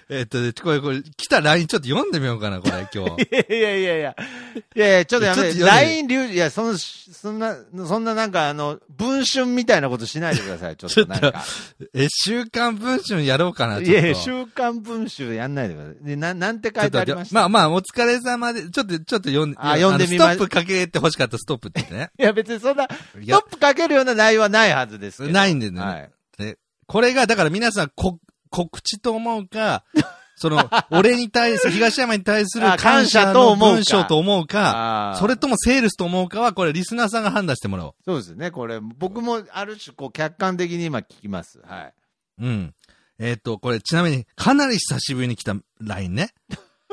A: えっとね、これ、これ、来た LINE ちょっと読んでみようかな、こ れ、今日。
B: いやいやいや。いやいや、ちょっとやめ。
A: ちょってとやめ
B: LINE 流、いや、その、そんな、そんななんか、あの、文春みたいなことしないでください。ちょっとなん
A: ちょっ
B: か。
A: え、週刊文春やろうかな、ちょっ
B: い
A: と。
B: やいや、週刊文集やんないでください。でななんて書いてありま
A: ちょっ
B: した
A: とまあまあ、お疲れ様で、ちょっと、ちょっと読んで、
B: あ読んでみ
A: あ
B: ま
A: のストップかけて欲しかった、ストップってね。
B: いや、別にそんな、
A: い
B: ト
A: や
B: ッ、プかけるような内容はないはずですけど。
A: ないんでね。
B: はい。
A: これが、だから皆さん、こ、告知と思う か、その、俺に対する、東山に対する感
B: あ感謝
A: 謝
B: と
A: の
B: 思うか
A: 文章と思うか、
B: あー
A: それともセールスと思うかは、これ、リスナーさんが判断してもらおう。
B: そうですね、これ、僕もある種、こう、客観的に今聞きます。はい。
A: うん。えっ、と、これ、ちなみに、かなり久しぶりに来た LINE ね。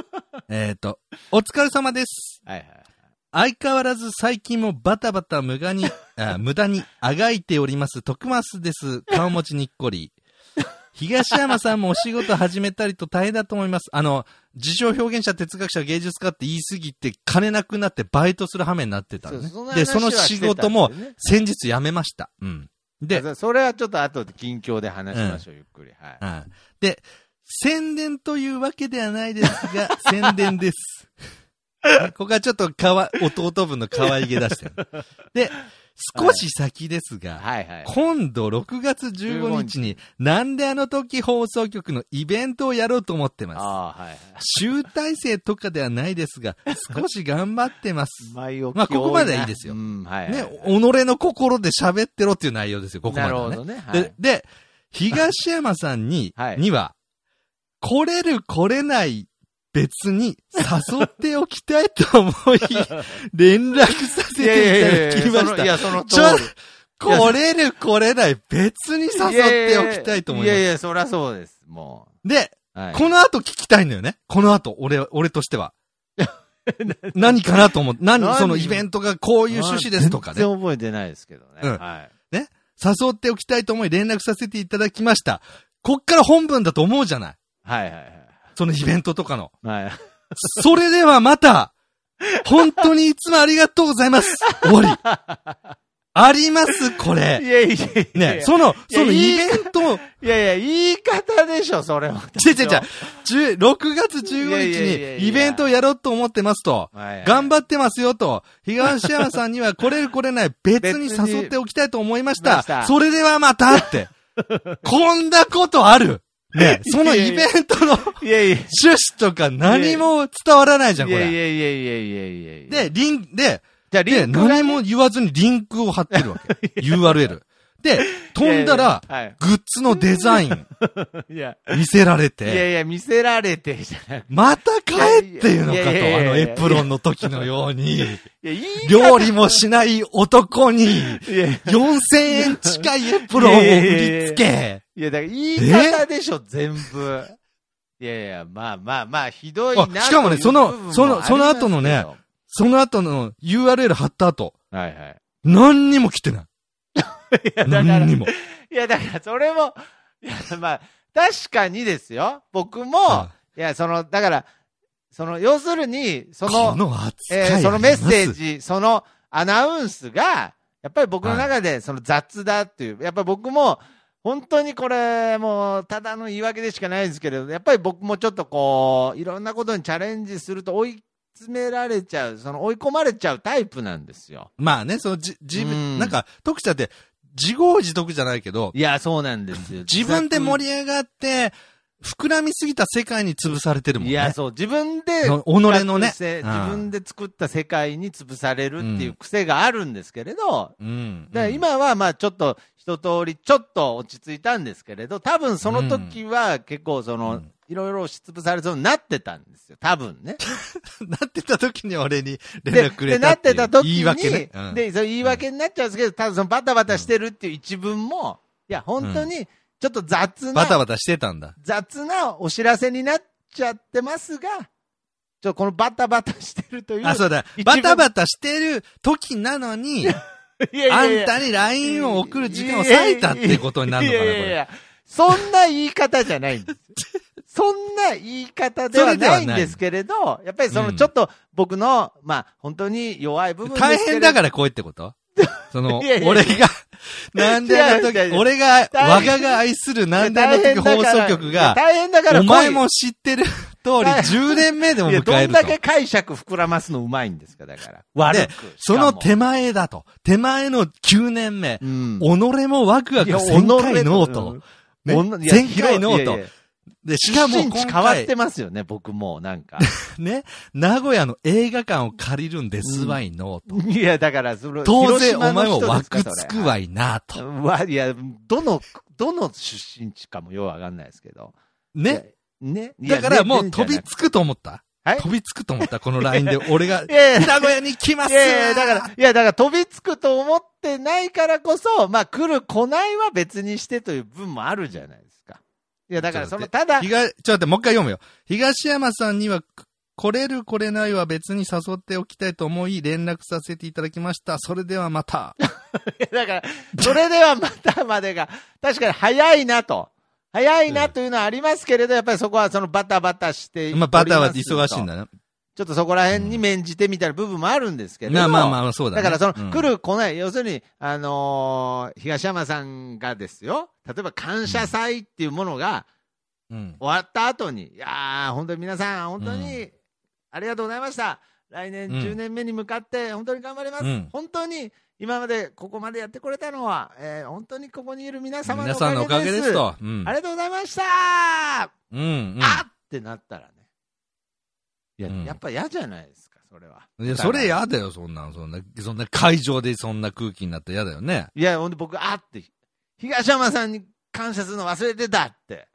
A: えっと、お疲れ様です。
B: はいはい。
A: 相変わらず最近もバタバタ無 駄に、あ無駄にあがいております、徳松です。顔持ちにっこり。東山さんもお仕事始めたりと大変だと思います。あの、自称表現者、哲学者、芸術家って言い過ぎて、金なくなってバイトする羽目になってたのね。
B: そう
A: で、その
B: 話は
A: 仕
B: してたん
A: 事
B: ですよね
A: も先日辞めました。うん。で、
B: あそれはちょっと後で近況で話しましょう、ゆっくり。はい。
A: うんで、宣伝というわけではないですが、 宣伝です。ここはちょっとかわ、弟分の可愛げ出してる。で、少し先ですが、
B: はいはい。
A: 今度6月15日に、なんであの時放送局のイベントをやろうと思ってます。
B: ああ、はいはい。
A: 集大成とかではないです が、少し頑張ってます。
B: 前置き
A: まあここまで
B: 多ない
A: いですよ
B: うん、はい。
A: ね、己の心で喋ってろっていう内容ですよ、ここま
B: な
A: で
B: る
A: は
B: ほ
A: ね。
B: どね。は
A: で
B: い、。、
A: で、東山さんに
B: はい
A: には、来れる来れない別に誘っておきたいと 思い、連絡させ
B: いやいや
A: ていただきま
B: そのい
A: した。
B: や、その通
A: ちょ
B: り。
A: 来れる来れない別に誘っておきたいと思いま
B: いや
A: す。
B: いや、そりゃそうです。も
A: で、
B: う。はい。
A: この後聞きたいのよね。この後、俺、俺として は。何かなと思って、何、
B: 何
A: そのイベントがこういう趣旨ですとかね
B: 全。然覚えてないですけどね。
A: うん
B: はい。
A: 誘っておきたいと思い連絡させていただきました。こっから本文だと思うじゃない。
B: はいはいはい。
A: そのイベントとかの。
B: はい。
A: それではまた、本当にいつもありがとうございます。終わり。あります、これ。
B: いやいやいやい
A: ね、
B: や。
A: その、そのイ
B: い
A: ベ
B: や
A: ントを、
B: いやいや、言い方でしょ、それは。
A: 違う違う違うじゅ6月
B: いやいや
A: 15
B: いやい
A: 日
B: や
A: にイベントをやろうと思ってますと、
B: はい。
A: 頑
B: っ
A: 張ってますよと、東山さんには来れる来れない別に 誘っておきたいと思いまし
B: 別に
A: た。それではまたって。こんなことあるね、その
B: いや
A: イ
B: い
A: ベ
B: や
A: ントの趣
B: いやいや。
A: 旨とか何も伝わらないじゃん、
B: い
A: こ
B: やい
A: れ。
B: やいやいやいやいやいや。
A: で、、リン、で、
B: じゃあ
A: で、
B: リンク
A: 何も言わずにリンクを貼ってるわ け。URL。で、飛んだら、
B: いやいや、
A: グッズのデザイン
B: はい。いや、
A: 見せられ
B: いや
A: て、
B: いや、見せられてじゃなく
A: また帰っていうのかと、
B: いやいやいや
A: あ
B: いや
A: のエプロンの時のように、
B: て。いや、いい
A: 料理もしない男に、
B: いや、い
A: 4000円近いエプロンを売りつけ、
B: や、だから言い方でしょ、全部。いやいや、まあまあまあ、ひどいなという
A: あしかもねその
B: 部分も
A: その
B: あります
A: その後のねその後の URL 貼った後、
B: けどはいはい。
A: 何にも来てない。
B: いや、だから、
A: 何に
B: い
A: も。
B: や、だから、それも、いや、まあ、確かにですよ。僕も、
A: はい
B: や、その、だから、その、要するに、その
A: こ、の扱いあり
B: え
A: ま
B: ー
A: す。
B: そのメッセージ、そのアナウンスが、やっぱり僕の中でその雑だっていう、やっぱり僕も、本当にこれ、もう、ただの言い訳でしかないんですけれど、やっぱり僕もちょっとこう、いろんなことにチャレンジすると追い詰められちゃう、その追い込まれちゃうタイプなんですよ。
A: まあね、そのじ、自
B: うん
A: 分、なんか、徳ちゃんって、自業自得じゃないけど、
B: いや、そうなんですよ。
A: 自分で
B: り
A: 盛り上がって、膨らみすぎた世界に潰されてるもんね。
B: いや、そう、自分で、
A: その己のね。
B: 自
A: うん
B: 分で作った世界に潰されるっていう癖があるんですけれど、
A: うん。
B: だから今はまあちょっと一通りちょっと落ち着いたんですけれど、多分その時は結構その、
A: うん
B: いろいろ押しつぶされそうになってたんですよ。多分ね。
A: なってた時に俺に 連
B: で、
A: 絡くれ
B: で
A: た
B: な
A: っ
B: って
A: い
B: て
A: う
B: た時に、
A: 言い訳ね。うん
B: で、その言い訳になっちゃうんですけど、多分そのバタバタしてるっていう一文も、いや、本当にちょっと雑な、
A: バタバタしてたんだ。
B: 雑なお知らせになっちゃってますが、ちょっとこのバタバタしてるという。
A: あ、そうだ。
B: 一
A: バ
B: 番
A: タバタしてる時なのに、
B: いやい
A: あ
B: やいや
A: んたに LINE を送る時間を割いたってことになるのかな、こ
B: いやいやい
A: れ。
B: やそんな言い方じゃないんですよ。 そんな言い方ではないんですけれど、やっぱりそのちょっと僕の、まあ本当に弱い部分ですけれ
A: 大
B: ど
A: 変だからこう言ってことその
B: いやいやい、や
A: 俺が、なんであの時
B: 違う違う違、う
A: 俺が、
B: 大
A: 我
B: 変
A: がが愛するなんであの
B: 大変
A: 時
B: だ
A: 放
B: から
A: 送局
B: いや
A: が、
B: 大変だから
A: お
B: 来い
A: 前も知ってる通り
B: 大
A: 10年目でも
B: いや、
A: 迎
B: ど
A: え
B: ん
A: る
B: だ
A: と。
B: け解釈膨らますのうまいんですか、だから。悪く
A: で。その手前だと。手前の9年目。
B: うん。
A: 己もワクワク
B: いや
A: 1000回ノート。。ね
B: おのいや
A: 1000回ノー
B: いやい
A: ト
B: や。
A: で、しかも
B: 出身地
A: 今
B: 変わっ
A: 回
B: て、ますよね、僕も、なんか。
A: ね、名古屋の映画館を借りるんですわいノート。
B: いや、だから、その、
A: 当
B: 広
A: 然
B: 島
A: お
B: の
A: 前も
B: 人
A: ワ
B: ですか
A: クつくわいなと。
B: わいや、どの、どの出身地かもようわかんないですけど。
A: ね。
B: ね。いや
A: だからも
B: ね
A: う飛びつくと思った。
B: はい
A: 飛びつくと思った。この LINE で俺が
B: い、やいや
A: 名古屋に来ま
B: い
A: す
B: やいや、だから、いや、だから飛びつくと思ってないからこそ、まあ来る来ないは別にしてという分もあるじゃないですか。いや、だからその、
A: ち
B: ただ、い
A: 東、ちょっと待って、もう一回読むよ。東山さんには、く来れる来れないは別に誘っておきたいと思い、連絡させていただきました。それではまた。
B: やだから、それではまたまでが、確かに早いなと。早いなというのはありますけれど、やっぱりそこはそのバタバタして。
A: まあ、バタは忙しいん
B: だ。
A: だな。
B: ちょっとそこら辺に免じてみたいな部分もあるんですけれど。
A: まあまあまあ、そうだ、ね。
B: だからその、
A: うん
B: 来る来ない、要するに、あのー東山さんがですよ、例えば感謝祭っていうものが
A: うん
B: 終わった後に、いやー、本当に皆さん、本当
A: う
B: にありがとうございました。来年
A: うん
B: 10年目に向かって、本当に頑張ります。
A: うん
B: 本当に今までここまでやってこれたのは、えー本当にここにいる皆様の
A: 皆
B: お
A: さんのおか
B: か
A: げ
B: げで。
A: ですすと。うん
B: あり。がとうございました、
A: うん、うん。
B: あってなったらね。いや、
A: うん
B: やっぱ嫌じゃないですか、それは。
A: いや、それ嫌だよ、そんなん。そんな、そんな会場でそんな空気になったら嫌だよね。
B: いや、ほんで僕、あって、東山さんに感謝するの忘れてたって。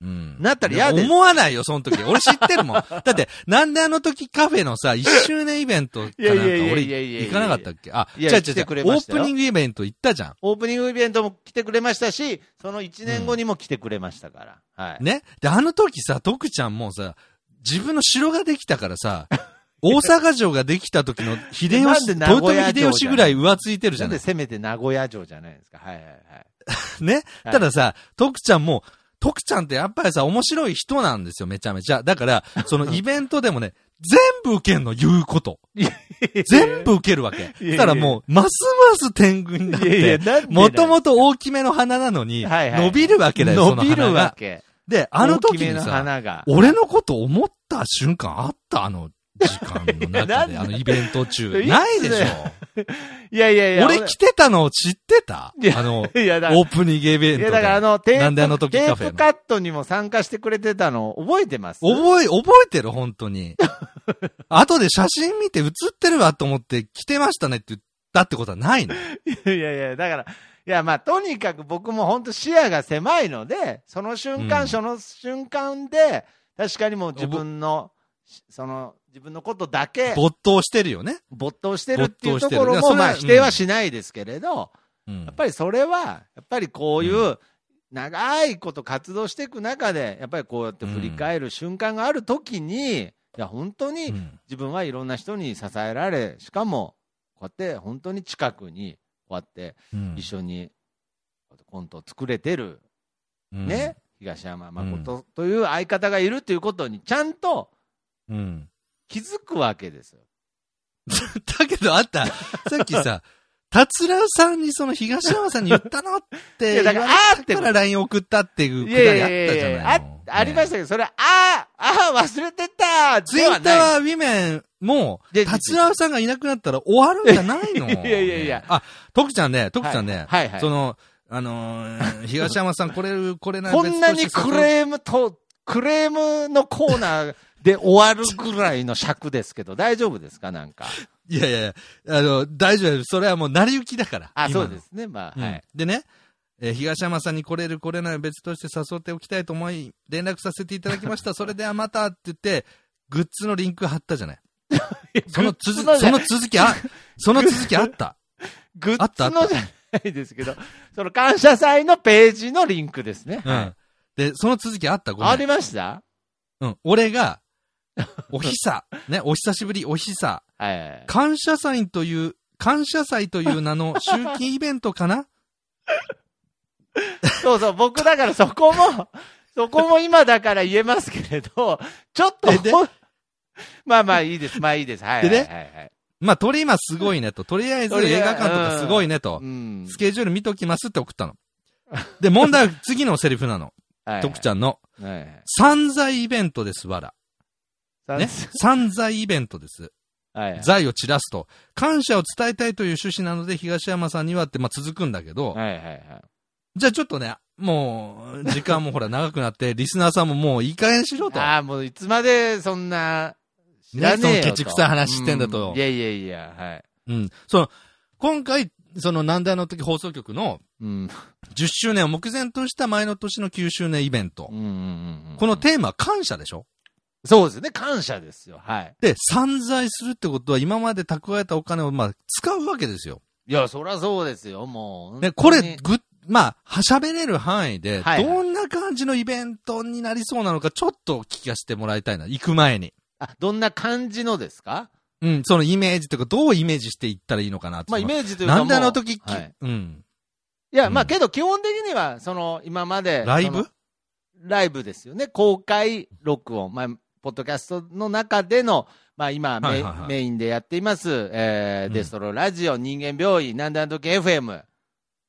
A: うん。
B: なったら嫌です
A: 思わないよ、その時。俺知ってるもん。 だって、なんであの時カフェのさ、1周年イベントかなんか
B: いやいやいや
A: 俺
B: いやいやいや
A: 行かなかったっけあ、
B: い
A: 違う
B: や
A: 違う違う。オ
B: 来てくれま
A: ー
B: したよ
A: プニングイベント行ったじゃん。
B: オープニングイベントも来てくれましたし、その1年後にも来てくれましたから。はい。
A: ね。で、あの時さ、徳ちゃんもうさ、自分の城ができたから さ、大阪城ができた時の秀
B: なん
A: 吉、
B: で名
A: 豊
B: 古屋城じゃな
A: 臣
B: い
A: 秀吉ぐらい浮ついてるじ
B: な
A: ゃ
B: ん
A: ない
B: でせめて名古屋城じゃないですか。はいはいはい。
A: ね。
B: はい
A: たださ、徳ちゃんも、徳ちゃんってやっぱりさ、面白い人なんですよ、めちゃめちゃ。だから、そ のイベントでもね、全部受けんの、言うこと。全部受けるわけ。
B: いやいや
A: だからもう、ますます天狗になっ
B: いやいや
A: て、
B: なんで
A: もともと大きめの花なのに、
B: はいはい
A: 伸びるわけだよ、
B: 伸
A: その
B: び
A: 花
B: るわ
A: が。
B: け。
A: で、あの時
B: 大きめ
A: に
B: の
A: さ、
B: 花が。
A: 俺のこと思った瞬間あったあの、時間の
B: いや
A: 中
B: なん
A: で、
B: で
A: あのイベント中。
B: いつ
A: ないでし
B: いやいやい
A: ょ。
B: や。
A: 俺来てたの知ってた
B: いや
A: あの、
B: いや、だから
A: オープニングイベン
B: い
A: ト
B: や、
A: で。
B: だからあ
A: 覚
B: の、テ
A: なんであ
B: ー
A: の
B: プ、
A: 時
B: テ
A: カ
B: ー
A: フェの
B: プカットにも参加してくれてたの覚えてます
A: え、覚えてる、本当 に。後で写真見て映ってるわと思って、来てましたねって言ったってことはないの。
B: いやいや、だから、いや、まあ、とにかく僕も本当視野が狭いので、その瞬間、
A: うん
B: その瞬間で、確かにもう自分の、しその、自分のことだけ
A: 没頭してるよね。
B: 没頭してるっていう
A: 没頭して
B: と
A: る
B: ころ
A: いやそ
B: も、
A: れは
B: まあ、否定はしないですけれど、
A: うん。
B: やっぱりそれは、やっぱりこういうう、長いこと活動していく中で、やっぱりこうやって振り返る瞬間があるときに、いや、本当に
A: うん
B: 自分はいろんな人に支えられ、しかも、こうやって本当に近くに、こうやって
A: うん
B: 一緒にコントを作れてる、ね、東山誠という相方がいるということに、ちゃんと
A: うん。うん。
B: 気づくわけですよ。
A: だけど、あ った。さっきさ、達郎さんにその東山さんに言ったのって
B: いやだ
A: 言わ
B: か
A: れ
B: らあー
A: た
B: って
A: から LINE 送ったっていう
B: い
A: くだ
B: やい
A: りあっ
B: やい
A: たじ
B: や
A: ゃ
B: い
A: ないの
B: やあありましたけど、それ、ああ、ああ、忘れてた
A: ツイッター
B: は
A: はウィメンも、
B: で
A: 達郎さんがいなくなったら終わるんじゃないの
B: いやいやいや
A: ねあ、徳ちゃんね、
B: な
A: 徳
B: い
A: ちゃんね、
B: はいはいはい
A: その、あの ー東山さん、これ、これな
B: こんなに
A: 別として
B: クレームと、クレームのコーナーで終わるぐらいの尺ですけど、大丈夫ですかなんか。
A: いやいやいや、あの、大丈夫。それはもう成り行きだから。
B: あ、
A: 今
B: そ
A: の
B: うですね。まあ、
A: うん
B: はい。
A: でね、えー東山さんに来れる来れないは別として誘っておきたいと思い、連絡させていただきま した。それではまたって言って、グッズのリンク貼った じゃない。その続
B: グ
A: き、
B: ッズじゃ
A: その続き あ、その続きあった。
B: グ
A: あ
B: ッ
A: ったあ
B: ズ
A: った
B: のじゃないですけど、 その感謝祭のページのリンクですね。
A: う
B: はい
A: ん。で、その続きあった。ごめん
B: ありました
A: うん。俺が、おひさ、ね、お久しぶり、おひさ、
B: はいはいはい。
A: 感謝祭という、感謝祭という名の集金イベントかな
B: そうそう、僕だからそこも、 そこも今だから言えますけれど、ちょっと
A: でで
B: ほん、まあまあいいです、まあいいです。はいはい
A: で
B: はい、
A: ね
B: はい。
A: まあ、とり今すごいねと。とりあえず映画館とかすごいねと
B: う。ん。
A: スケジュール見ときますって送ったの。で、問題は次のセリフなの。徳ちゃ
B: ゃ
A: んの。
B: ん。はいはい
A: 散財イベントです、わら。
B: さん
A: ね。散財イベントです。
B: はいはい。
A: 財を散らすと。感謝を伝えたいという趣旨なので、東山さんにはって、まあ続くんだけど、
B: はいはいはい。
A: じゃあちょっとね、もう、時間もほら長くなって、リスナーさんももういい加減し ろと。
B: ああ、もういつまでそんな、知らねえよと
A: ねそのケチくさい話してんだと
B: ういやいやいや、はい。
A: うん。その、今回、その、難題の時放送局の
B: うん。
A: 10周年を目前とした前の年の9周年イベント
B: うん。うんうん
A: この、テーマは感謝でしょ
B: そうですね、感謝ですよ。はい。
A: で、散財するってことは今まで蓄えたお金をまあ使うわけですよ。
B: いや、そりゃそうですよ、もう。
A: で、こ
B: 本当
A: れ、
B: に、
A: ぐ、まあ、はしゃべれる範囲で、
B: はいはい
A: どんな感じのイベントになりそうなのか、ちょっと聞かせてもらいたいな。行く前に。
B: あ、どんな感じのですか
A: うん、そのイメージとか、どうイメージしていったらいいのかなって。
B: まあ、イメージというかも
A: な
B: う。
A: んであの時、き
B: はい
A: うん。
B: いや、ま
A: う
B: あ、
A: ん
B: けど基本的には、その、今まで。
A: ライブ
B: そのライブですよね。公開録音。まあ、ポッドキャストの中での、まあ今メ,、
A: はいはいはい
B: メインでやっています、えー
A: うん
B: デストロラジオ、人間病院、なんであの時 FM、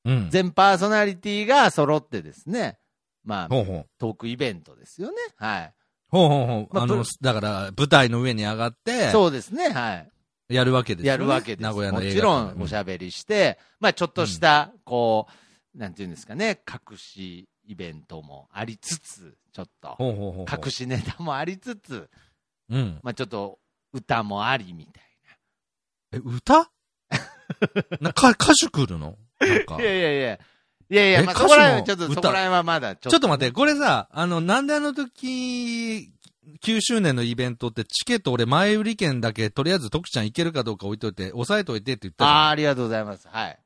A: うん。
B: 全パーソナリティが揃ってですね、まあ
A: ほうほう。
B: トークイベントですよね。はい。
A: ほうほうほう。
B: まあ
A: あ
B: ぶ
A: の、だから、舞台の上に上がって、
B: そうですね、はい。
A: やるわけですよ、ね。
B: やるわけです。
A: 名古屋の
B: も
A: 映
B: ち
A: 画
B: ろ
A: 館
B: んおしゃべりして、まあちょっとした、こう、なんていうんですかね、隠しイベントもありつつ、ちょっと、
A: ほうほうほうほう。
B: 隠しネタもありつつ、
A: うん。
B: まあちょっと歌もありみたい
A: え、 歌な、か、歌手来るのなんか。
B: な。いやいやいや。いやいや、
A: え
B: まあ、
A: 歌
B: そ
A: 手
B: こ
A: も
B: ら辺、ちょっと、
A: 歌
B: そこら辺はまだ、ちょ
A: ちょっと待って、これさ、あの、なんであの時、9周年のイベントってチケット俺前売り券だけ、とりあえず徳ちゃん行けるかどうか置いといて、押さえといてって言ったじゃん
B: ああー、
A: あ
B: ありがとうございます。はい。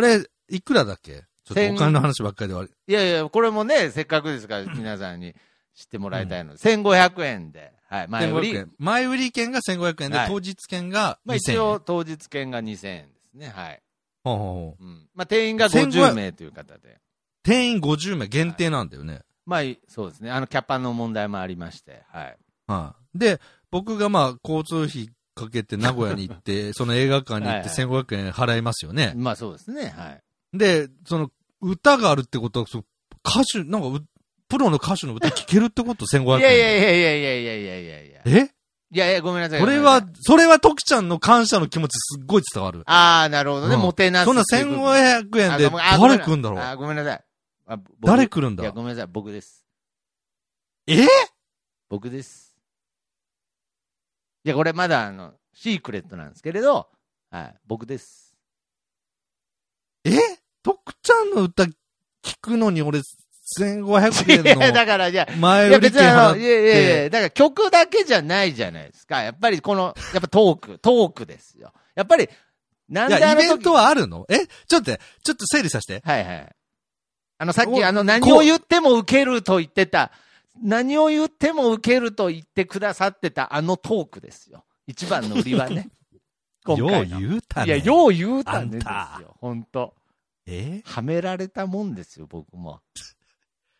A: れ、いくらだっけちょっと
B: 千
A: お金の話ばっかりで悪い。
B: いやいや、これもね、せっかくですから、皆さんに知ってもらいたいので、1500円で、はい、前売
A: 1500
B: り。
A: 円。前売り券が1500円で、
B: はい
A: 当日券が2000円。
B: まあ、一応、当日券が2000円ですね。はい。
A: ほうほうほう
B: うん。まあ、定員が
A: 1500
B: 50名という方で。
A: 定員50名限定なんだよね。
B: まあ、いそうですね。あの、キャパの問題もありまして、はい。
A: はい。で、僕がまあ、交通費かけて名古屋に行 って、その映画館に行って1500円払いますよね。
B: まあ、そうですね。はい。
A: で、その、歌があるってことは、そう歌手、なんかう、プロの歌手の歌聴けるってこと ?1500 円。
B: いやいやいやいやいやいやいやいやいや。
A: え
B: いやいや、ごめんなさい。
A: これ
B: ごめんな
A: は
B: さい、
A: それは徳ちゃんの感謝の気持ちすっごい伝わる。
B: ああ、なるほどね。
A: うん
B: もてなす。
A: そんな1500円で誰来るんだろう
B: あ、ごめんなさい。あ僕
A: 誰来るんだ
B: いや、ごめんなさい。僕です。
A: え
B: 僕です。いや、これまだ、あの、シークレットなんですけれど、はい、僕です。
A: え徳ちゃんの歌聞くのに俺
B: い
A: 1500
B: や、
A: 円の
B: だから、いや、
A: 前
B: い
A: 売
B: や、
A: り
B: 別
A: 券
B: にあの、
A: 払
B: い
A: っ
B: やいやいや、だから曲だけじゃないじゃないですか。やっぱりこの、やっぱトーク、トークですよ。やっぱり、なん
A: い
B: で
A: や、
B: あ
A: イ
B: の
A: ベ
B: 時
A: ントはあるのえちょっと待って、ちょっと整理させて。
B: はいはい。あの、さっき、
A: お
B: あの、何を言っても受けると言ってた、何を言っても受けると言ってくださってたあのトークですよ。一番の売りは ね。今
A: よう
B: 回の
A: 言うた
B: い
A: ね。
B: や、よう言うたね
A: あん
B: です
A: た
B: よ。本当
A: え
B: はめられたもんですよ、僕も。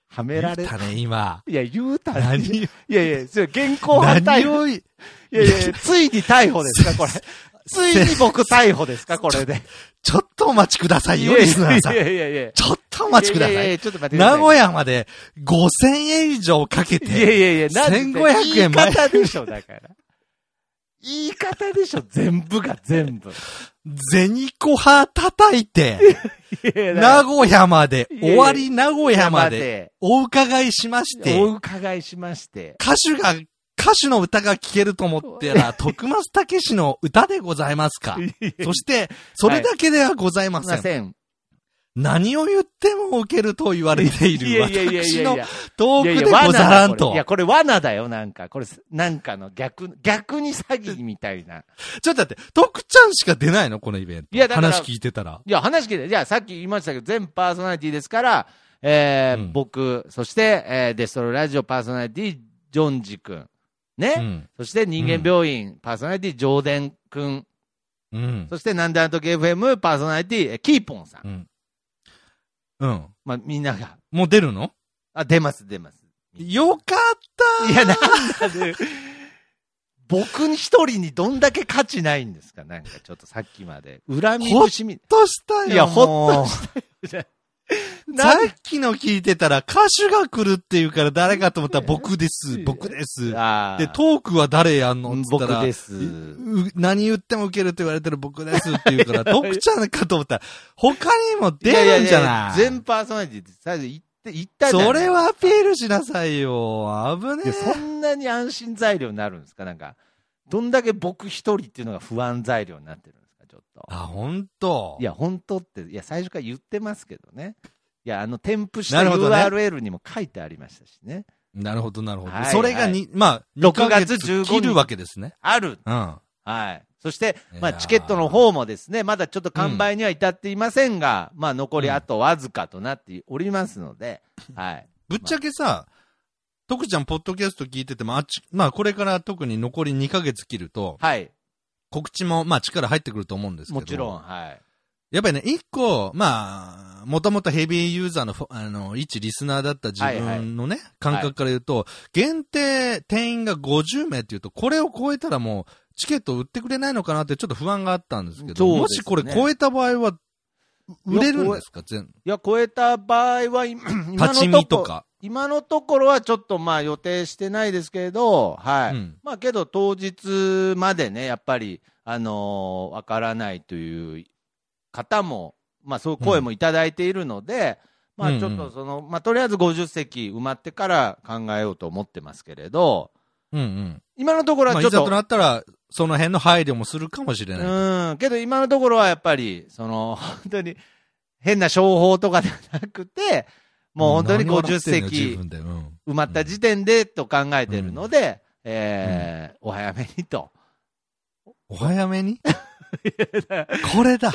B: はめ
A: 言
B: ら
A: う
B: れ
A: たね、今。
B: いや、言うたね。
A: 何
B: いやいや、それ現行犯逮
A: 何
B: 捕。
A: を言う、
B: いやいや、ついに逮捕ですか、これ。 ついに僕逮捕 ですか、これで。
A: ちょっとお待ちください
B: い
A: よ、
B: や
A: リ
B: い
A: スナーさ
B: や
A: ん
B: い。やいやいや。
A: ちょっとお待ちくださ
B: やや
A: い。
B: や。ちょっと待ってくださ
A: 名
B: い。
A: 古屋まで5000円以上かけ
B: いや
A: て、
B: いやいや、なんで
A: 1500円
B: 言
A: 前
B: い方でしょ、だから。言い方でしょ、全部が全部。
A: 銭コハ叩いて、
B: いやいやだから
A: 名古屋まで、
B: いやいや
A: 終わり名古屋まで、お伺いしまし
B: 山
A: て
B: で、お伺いしまして。
A: 歌手が、歌手の歌が聴けると思ったら、徳松たけしの歌でございますか
B: い。やいや
A: そして、それだけではございます
B: い
A: せん。
B: ません。
A: 何を言っても受けると言われている
B: いやいやいやい
A: 私
B: や
A: の
B: いや。
A: ト
B: い
A: ー
B: やい
A: ク
B: や
A: で
B: 罠
A: ござら
B: だ
A: ん
B: これ
A: と
B: い。や、これ罠だよ、なんか。これ、なんかの逆、逆に詐欺みたいな。
A: ちょっと待って、徳ちゃんしか出ないのこのイベント。
B: いやだから
A: 話聞いてたら。
B: いや、話聞いて、じゃあさっき言いましたけど、全パーソナリティですから、えー
A: うん
B: 僕、そして、えーデストロラジオパーソナリティ、ジョンジ君。ね、
A: うん。
B: そして人間病院、パーソナリティ、上田君。
A: うん。
B: そして、なんであの時 FM パーソナリティ、えキーポンさん。
A: うん。うん。
B: まあ、みんなが、
A: もう出るの
B: あ、出ます、出ます。
A: よかっ
B: いや、なんだね。僕に一人にどんだけ価値ないんですかなんか、ちょっとさっきまで。恨み節み。
A: としたよ。
B: いやほっ
A: とし
B: な
A: さ
B: ん
A: っきの聞いてたら歌手が来るっていうから誰かと思ったら僕です、僕です。
B: あ
A: で、トークは誰やんのっつったら。
B: 僕です。
A: う何言っても受けるって言われてる僕ですって言う から、徳ちゃんかと思ったら、他にも出るんじゃない
B: ややや全パーソナリティって最初言って、言ったじゃん。
A: それはアピールしなさいよ。危ね
B: いや、そんなに安心材料になるんですかなんか、どんだけ僕一人っていうのが不安材料になってるんですかちょっと。
A: あ、ほんと。
B: いや、本当って、いや、最初から言ってますけどね。いや、あの、添付した
A: なるほどね
B: URL にも書いてありましたしね。
A: なるほど、なるほど。
B: はい
A: それがに、まあ、
B: 6
A: 2ヶ
B: 月15日
A: 切るわけですね。
B: ある。
A: うん。
B: はい。そして、ま
A: い
B: あ、
A: やー
B: チケットの方もですね、まだちょっと完売には至っていませんが、まあ、残りあとわずかとなっておりますので、はい。
A: ぶっちゃけさ、徳ちゃん、ポッドキャスト聞いてても、あっち、まあ、これから特に残り2ヶ月切ると、
B: はい。
A: 告知も、まあ、力入ってくると思うんですけど。
B: もちろん、。はい。
A: やっぱりね、一個、まあ、もともとヘビーユーザーのフォ、あの、一リスナーだった自分のね、感覚から言うと、限定定員が50名っていうと、これを超えたらもう、チケット売ってくれないのかなってちょっと不安があったんですけど、
B: そう
A: も
B: です
A: し
B: ね
A: これ超えた場合は、売れるんですか全、
B: いや、超えた場合 は、今今
A: 立ち
B: の
A: 見
B: と
A: と
B: こ
A: か。
B: 今のところはちょっとまあ予定してないですけれど、はい。
A: うん
B: まあけど当日までね、やっぱり、あのーわからないという方も、まあそういう声もいただいているので、ま
A: うん
B: あ
A: うん
B: ちょっとその、まあとりあえず50席埋まってから考えようと思ってますけれど、
A: うんうん。
B: 今のところは
A: まあ、
B: ちょ
A: い
B: っ
A: ざ
B: と、
A: となったら、その辺の配慮もするかもしれない。
B: うん、けど今のところはやっぱり、その、 本当に変な商法とかではなくて、もう本当に
A: 何笑
B: 50
A: ってんの自
B: 席、
A: 分で。うん。
B: 埋まった時点でと考えてるので、えーお早めにと。
A: お早めにこれだ。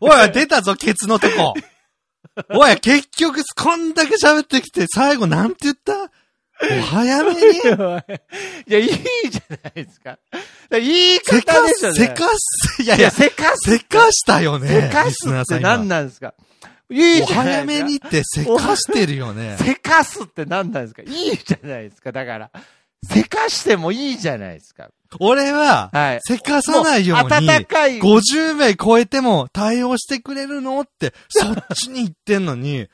A: おい、出たぞ、ケツのと こ。おい、結局、こんだけ喋ってきて、最後なんて言ったお早めに
B: いや、いいじゃないですか。言い
A: せか
B: 方でしょ
A: す、
B: ね。
A: せかす、いや
B: い
A: い
B: や、
A: や、
B: せかす。
A: せかしたよね。
B: せか
A: リス
B: す
A: ナー
B: っ
A: さ
B: て
A: ん今
B: 何なんですか。いい
A: お
B: じゃな
A: 早
B: いで
A: め
B: すか。
A: にってせかしてるよね。
B: せかすって何なんですか。いいじゃないですか。だから、せかしてもいいじゃないですか。
A: 俺は、
B: はい。
A: せかさないように、
B: 暖かい。
A: 50名超えても対応してくれるのって、そっちに行ってんの に、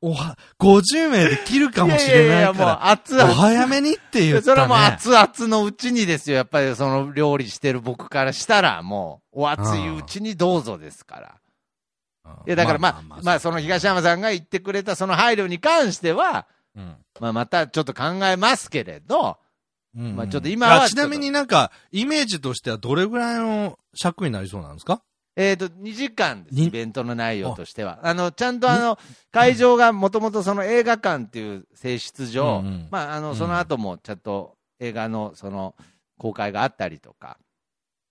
A: おは、50名で切るかもしれない
B: ややや
A: か
B: もう熱
A: ら、お
B: 々。
A: 早めにって言ったね。
B: それはもう熱々のうちにですよ。やっぱりその料理してる僕からしたら、もう、お熱いうちにどうぞですから。いや、だからまあ、まあ、その東山さんが言ってくれたその配慮に関しては、
A: うん
B: まあ、またちょっと考えますけれど、
A: うんうん
B: まあちょっと今は
A: あちなみになんか、イメージとしてはどれぐらいの尺になりそうなんですか
B: えっ、と、2時間です、
A: に
B: イベントの内容としては。あの、ちゃんとあの、会場がもともとその映画館っていう性質上、
A: うんうん
B: まあ、あ
A: う
B: の、
A: ん
B: その後もちゃんと映画のその、公開があったりとか、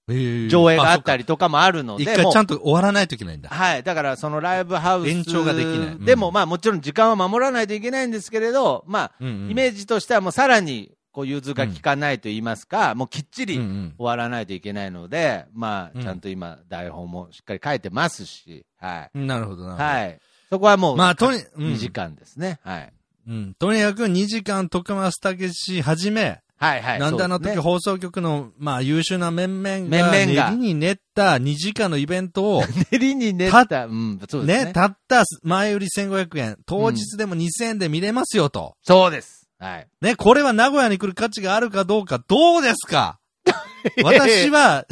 B: 上
A: 上
B: 映があった
A: り。
B: りとかもあるの
A: 一
B: で、
A: 回
B: もう
A: ちゃんと終わらないといけないんだ。
B: はい。だから、そのライブハウス。
A: 延長ができないうん
B: でも、まあ、もちろん時間は守らないといけないんですけれど、まあ、
A: イ
B: イメ
A: ー
B: ージとしてはもうさらに、こう、融通が効かないと言いますか、もうきっちり
A: うんう
B: 終
A: ん
B: わらないといけないので、ま
A: う
B: あ、
A: ん
B: ちゃんと今、台本もしっかり書いてますし、は
A: うんなるほどなるほ
B: い。
A: ど。
B: はい。そこはもう、
A: まあ、とに、うん
B: 2時間ですね。はい。
A: うん。とにかく2時間、徳松武史はじめ、
B: はいはい。
A: なんであの
B: そう
A: 時
B: すね
A: 放送局の、まあ、優秀な面々が、
B: 面々が
A: 練りに練った2時間のイベントを、
B: 練りに練った、うん、そうです
A: ね
B: ね。
A: たった前売り1500円、当日でも2000円で見れますよと。
B: そうです。はい。
A: ね、これは名古屋に来る価値があるかどうか、どうです か私は、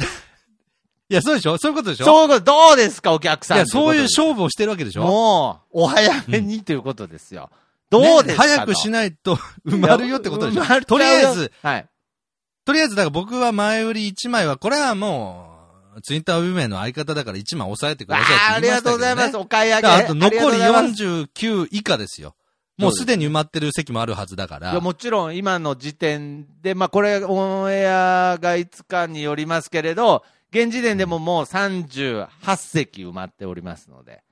A: いや、そうでしょそういうことでしょ
B: そう、どうですか、お客さ
A: い
B: ん。
A: や、そういう
B: とことで
A: 勝負をしてるわけでしょ
B: もう、お早めにということですよ。どうですか、
A: ね早くしないと 埋まるよってことでしょ
B: 埋まっちゃうよ
A: とりあえず、、
B: はい。
A: とりあえず、だから僕は前売り1枚は、これはもう、ツイッター運営の相方だから1枚抑えてく
B: わ
A: ださい
B: あ、あ
A: って
B: り
A: 言いまし
B: が
A: た
B: と
A: けど、ね。
B: うございます。お買い
A: だ
B: 上げ。
A: からあと残
B: あ
A: り
B: がとうございます
A: 49以下ですよ。もうすでに埋まってる席もあるはずだか
B: いや
A: ら。
B: もちろん今の時点で、まあこれオンエアがいつかによりますけれど、現時点でももう38席埋まっておりますので。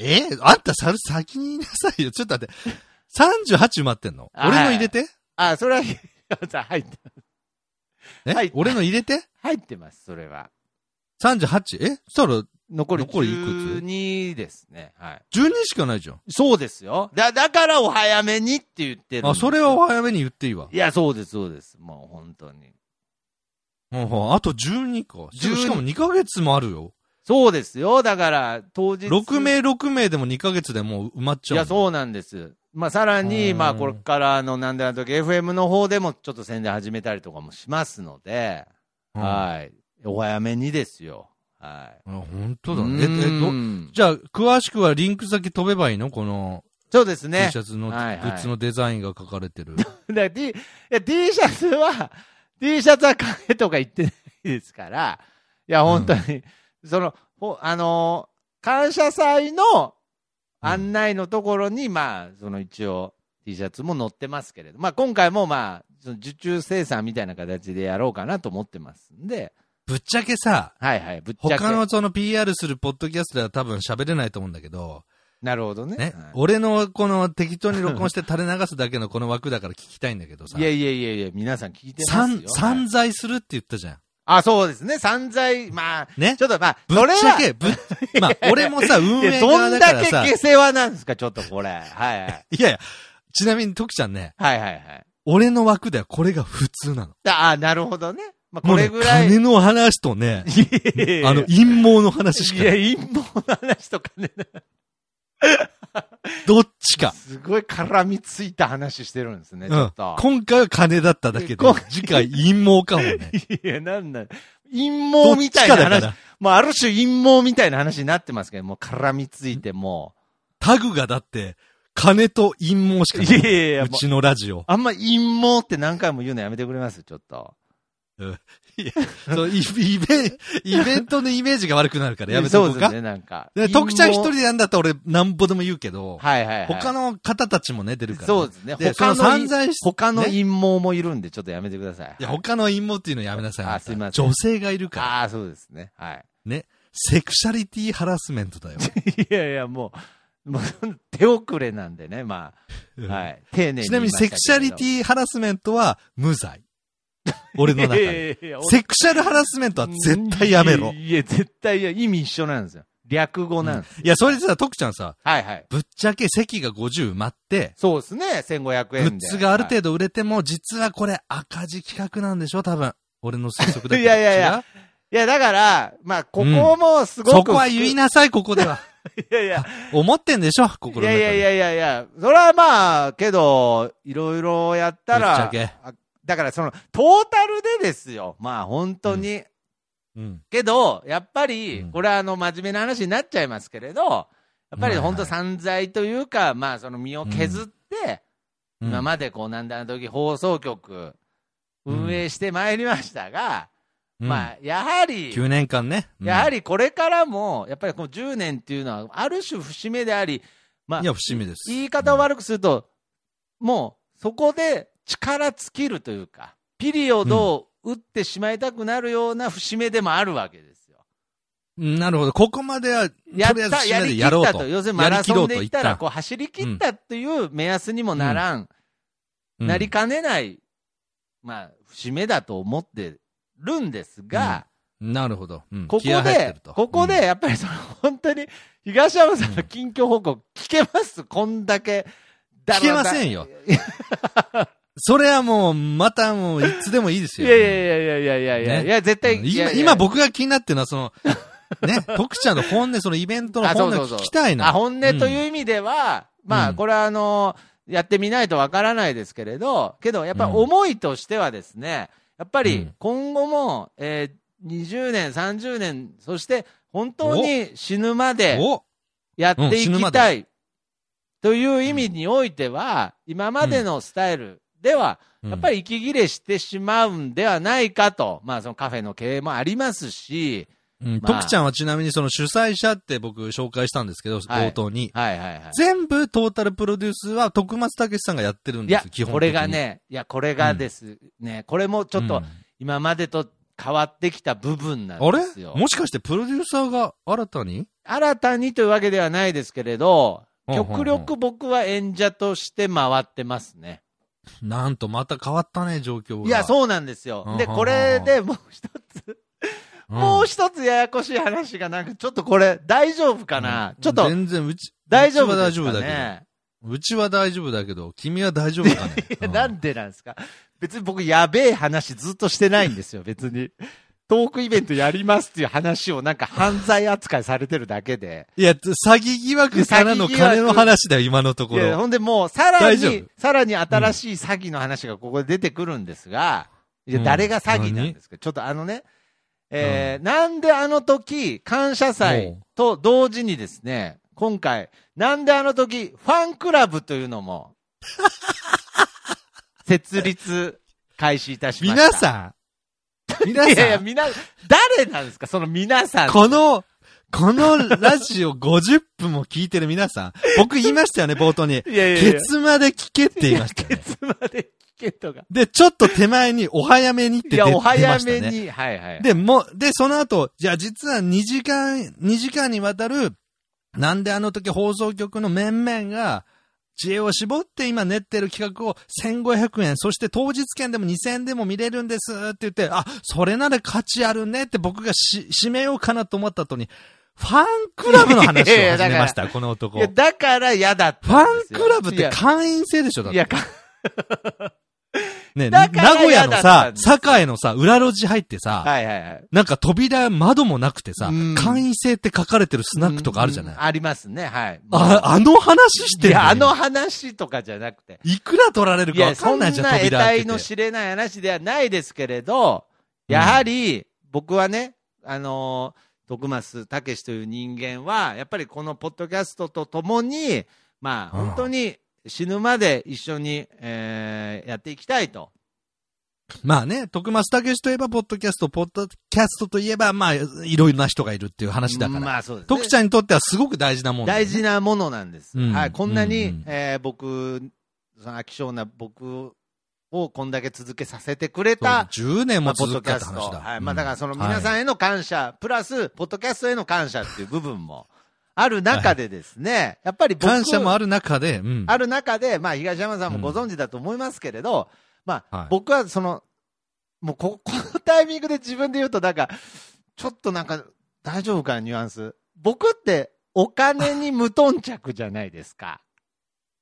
A: えあんたさ、先に言いなさいよ。ちょっと待って。38埋まってんの
B: はい
A: 俺の入れて
B: あ、それは、 入って、
A: え、
B: はい
A: 俺の入れて
B: 入ってます、それは。
A: ?38? えそしたら
B: 残り
A: 残りいくつ
B: 12ですね。はい。
A: 12しかないじゃん。
B: そうですよ。だ、だからお早めにって言ってるんですよ
A: あ、それはお早めに言っていいわ。
B: いや、そうです、そうです。もう本当に。
A: うんうんあと12か。し
B: 12
A: しかも2ヶ月もあるよ。
B: そうですよ。だから、当日。
A: 6名6名でも2ヶ月でもう埋まっち
B: い
A: ゃう
B: や、
A: の。
B: そうなんです。まあ、さらに、
A: うん
B: まあ、これから、あの、なんであの時、FM の方でも、ちょっと宣伝始めたりとかもしますので、
A: うん
B: はい。お早めにですよ。はい。
A: あ本当だ
B: う
A: ね。え、え、ど、
B: ん
A: じゃあ、詳しくはリンク先飛べばいいのこの
B: そうです
A: T
B: ね。
A: シャツの、
B: はいはい
A: グッズのデザインが書かれて る。
B: だから T、いや T シャツは、T シャツは買えとか言ってないですから、いや、本当に、その、ほあのー感謝祭の案内のところに、まあ、その一応、T シャツも載ってますけれど、まあ、今回もまあ、その受注生産みたいな形でやろうかなと思ってますんで、
A: ぶっちゃけさ、
B: はいはい、ぶっちゃけ。
A: 他のその PR するポッドキャストでは多分喋れないと思うんだけど、
B: なるほどね。
A: ね、
B: は
A: 俺のこの適当に録音して垂れ流すだけのこの枠だから聞きたいんだけどさ
B: い、いやいやいやいや、皆さん聞いてます
A: 散
B: よ。、は
A: 散
B: い
A: 財するって言ったじゃん。
B: あ、そうですね、散財、まあ、
A: ね
B: ちょっとまあ、
A: ぶっ
B: それ
A: ち
B: は
A: ゃけ、 ぶっ、まあ、俺もさ、運
B: いや
A: 営
B: ど
A: 側
B: ん
A: だ
B: だ
A: から
B: け
A: さ、
B: 下世話なんですか、ちょっとこれ。はいはい。
A: いやいや、ちなみに徳ちゃんね、
B: はいはいはい。
A: 俺の枠ではこれが普通なの。
B: ああ、なるほどね。まあ、
A: も
B: こ
A: うね、
B: れぐらい。
A: 金の話とね、
B: いやいや
A: あの、陰謀の話し
B: い
A: か
B: や、
A: ない、
B: 陰謀の話とかね、
A: どっちか。
B: すごい絡みついた話してるんですね、
A: うん
B: ちょっと。
A: 今回は金だっただけで
B: 今、
A: 次回陰謀かも ね。
B: いや、なんなん陰
A: ど
B: 謀
A: っ
B: み
A: ち
B: たいな
A: かだか
B: 話。
A: ら、
B: もうある種陰謀みたいな話になってますけど、もう絡みついても
A: タグがだって、金と陰謀し
B: う。
A: かない
B: いやいやいや、
A: う
B: もう
A: ちのラジオ。
B: あんま陰謀って何回も言うのやめてくれますちょっと。
A: そうイイベイベントのイメージが悪くなるからやめとこ
B: そううです
A: か。
B: ね、なんか。
A: で徳ちゃん一人
B: 陰
A: でやんだったら俺なんぼでも言うけど
B: 謀、はいはいはい。
A: 他の方たちもね、出るから。
B: そうですね。
A: で
B: 他の
A: その散財し
B: 他の
A: ね
B: 陰謀もいるんで、ちょっとやめてください。
A: いや、他の陰謀っていうのやめなさい。
B: あ
A: あなた
B: すいません
A: 女性がいるから。
B: ああ、そうですね。はい。
A: セクシャリティハラスメントだよ。
B: いやいや、もう、 もう、手遅れなんでね、まあ、 はい。丁寧に
A: ちなみにセクシャリテ
B: ィ
A: ィハラスメントは無 罪。俺の中で。
B: セ
A: セクシャルハラスメントは絶対やめろ。
B: いや、いや絶対いや、意味一緒なんですよ。略語なんです。
A: いや、それさ、徳ちゃんさ、
B: はいはい。
A: ぶっちゃけ席が50埋まって、
B: そうですね、1500
A: グ
B: 円で。
A: ッズがある程度売れても、実はこれ赤字企画なんでしょ多分。俺の推測だけど。
B: いやいやいや
A: 違う、
B: いや、だから、まあ、ここもすごく、
A: そこは言いなさい、ここでは。
B: いやいや、
A: 思ってんでしょ心の
B: い
A: 中
B: や
A: で。
B: いやいやいやいや、それはまあ、けど、いろいろやったら、
A: ぶっちゃけ
B: あだからその、トータルでですよ。まあ、本当に。
A: うん。
B: けど、やっぱ
A: う
B: り
A: ん、
B: これはあの、真面目な話になっちゃいますけれど、やっぱり本当散財というか、まあ、その身を削って、
A: うん
B: 今までこう、なんだあの時放送局、運営してまいりましたが、
A: うん
B: まあ、やはり、
A: 9年間ね。うん
B: やはりこれからも、やっぱりこの10年っていうのは、ある種節目であり、まあ
A: い、や、節目です。
B: 言い方を悪くすると、もうそこで力尽きるというか、ピリオドを打ってしまいたくなるような節目でもあるわけですよ。
A: うんなるほど。ここまでは、とりあ
B: やっ
A: えず
B: た、
A: 節
B: や
A: 目
B: り
A: で
B: き
A: やろ
B: っ
A: う
B: た
A: と。
B: と。要するにマラソンで行った
A: やりきろうと一旦
B: ら、こう走り切ったという目安にもなら
A: う
B: ん、
A: ん
B: なりかねない、まあ、節目だと思ってるんですが、
A: なるほど。うん
B: ここ
A: 気合入って
B: で
A: ると、
B: ここで
A: うん
B: やっぱりその本当に東山さんの近況報告聞けます、こんだけ。
A: 聞けませんよ。それはもう、またもう、いつでもいいです
B: い
A: よ。
B: やいやいやいやいやいやいや、
A: ね
B: いや絶対、
A: うん
B: いや
A: 今、
B: いや
A: 今僕が気になってるのは、その、ね、 徳ちゃんの本音、そのイベントの
B: あそ
A: 本
B: う
A: 音
B: そう
A: を
B: そう
A: 聞きたい
B: あ
A: な。
B: 本音という意味では、ま
A: う
B: あ
A: ん
B: これはあのやってみないとわからないですけれど、けどやっぱり思いとしてはですね、やっぱ
A: う
B: り
A: ん
B: 今後も、えー20年、30年、そして本当に死ぬまで、
A: お
B: やって
A: うん
B: い
A: 死ぬま
B: きたいという意味においては、今までのスタイルでは、やっぱ
A: り、
B: り息切れしてしまうんではないかと、まあそのカフェの経営もありますし、
A: うん
B: まあ
A: 徳ちゃんはちなみにその主催者って僕紹介したんですけど、
B: はい
A: 冒頭に。
B: はいはいはい。
A: 全部トータルプロデュースは徳松武さんがやってるん
B: い
A: で
B: や
A: すよ、基、本的に。
B: これがね、いや、これがですね、これもちょっ
A: う
B: と
A: ん
B: 今までと変わってきた部分なん
A: あれ
B: ですよ。
A: もしかしてプロデューサーが新たに
B: 新たにというわけではないですけれど、極
A: うんうん
B: 力僕は演者として回ってますね。
A: うんなんとまた変わったね、状況が。
B: いや、そうなんですよ
A: うん。
B: で、
A: うん
B: これでもう一つ、
A: うん
B: もう一つややこしい話が、なんかちょっとこれ、大丈夫かな、ちょっと、
A: 全然、うち、
B: 大丈夫
A: う
B: で
A: ち
B: す
A: は大丈夫
B: か
A: だけど。
B: ね。
A: うちは大丈夫だけど、君は大丈夫かね。
B: いや、なんでなんですか別に僕、やべえ話ずっとしてないんですよ、別に。トークイベントやりますっていう話をなんか犯罪扱いされてるだけで。
A: いや、つ詐欺疑惑からの
B: 詐欺疑惑
A: 金の話だよ、今のと
B: い
A: こ
B: や、
A: ろ。
B: ほんでもう、さら
A: 大丈夫
B: に、さらに新しい詐欺の話がここで出てくるんですが、いや、
A: うん
B: 誰が詐欺なんですか、ちょっとあのね、えーなんであの時、感謝祭と同時にですね、今回、なんであの時、ファンクラブという のも、設立開始いたしました。
A: 皆さん、皆
B: いやいや、
A: さん、
B: みな、誰なんですかその皆さん。
A: この、このラジオ50分も聞いてる皆 さん、僕言いましたよね、冒頭に。
B: いやいやいや、
A: ケツまで聞けって言いましたよね。
B: ケツまで聞けとか。
A: で、ちょっと手前にお早めにって
B: い
A: 出
B: や、
A: 出
B: お
A: ま
B: 早
A: した
B: め
A: ね。
B: に、はいはい。
A: で、もう、で、その後、じゃあ実は2時間、2時間にわたる、なんであの時放送局の面々が、知恵を絞って今練ってる企画を1500円、そして当日券でも2000円でも見れるんですって言って、あ、それなら価値あるねって僕がし、締めようかなと思った後に、ファンクラブの話を始めました、この男。
B: い
A: フ
B: や、だから嫌だった
A: ァン
B: んですよ
A: クラブっ
B: い
A: て
B: や
A: 会員制でしょ、だっ
B: い
A: て。
B: や、か
A: ね、名
B: だから
A: 古屋の
B: 嫌だった
A: さ
B: ん、です
A: 栄のさ、裏路地入ってさ、
B: はいはいはい。
A: なんか扉、窓もなくてさ
B: うん、
A: 会員制って書かれてるスナックとかあるじゃない、
B: うん
A: あ、
B: ありますね、はい。
A: あの話して
B: い
A: る
B: や、あの
A: 今
B: 話とかじゃなくて。
A: いくら取られる
B: い
A: かわ
B: や、
A: か
B: そ
A: ん
B: ん
A: な
B: ない
A: じゃん、
B: 得
A: 扉開け
B: 体
A: て
B: の。知れない話ではないですけれど、やはり、僕はね、あのー、徳増武史という人間は、やっぱりこのポッドキャストとともに、まあ、
A: うん
B: 本当に死ぬまで一緒に、えーやっていきたいと。
A: まあね、徳松武史といえば、ポッドキャスト、ポッドキャストといえば、まあ、いろいろな人がいるっていう話だから。
B: まあ、そうですね
A: 徳ちゃんにとってはすごく大事なもんだよね
B: 大事なものなんです。
A: うん
B: はい、こんなに、
A: うんうん
B: えー僕、その飽き性な僕をこんだけ続けさせてくれた、
A: そう10年も
B: まあ、ポッ
A: 続
B: ド
A: く
B: キ
A: かっ
B: ャ
A: て
B: ス
A: 話
B: ト。
A: だ。
B: はい。まあ、だからその
A: う
B: 皆さ
A: は
B: んへの感謝、プラス、ポッドキャストへの感謝っていう部分もある中でですね、やっぱり
A: い
B: 僕
A: 感謝もある中で、うん。
B: ある中で、まあ、東山さんもご存知だと思いますけれど、まあ、
A: はい
B: 僕はその、もう こ、このタイミングで自分で言うと、なんか、ちょっとなんか、大丈夫かな、ニュアンス。僕ってお金に無頓着じゃないですか。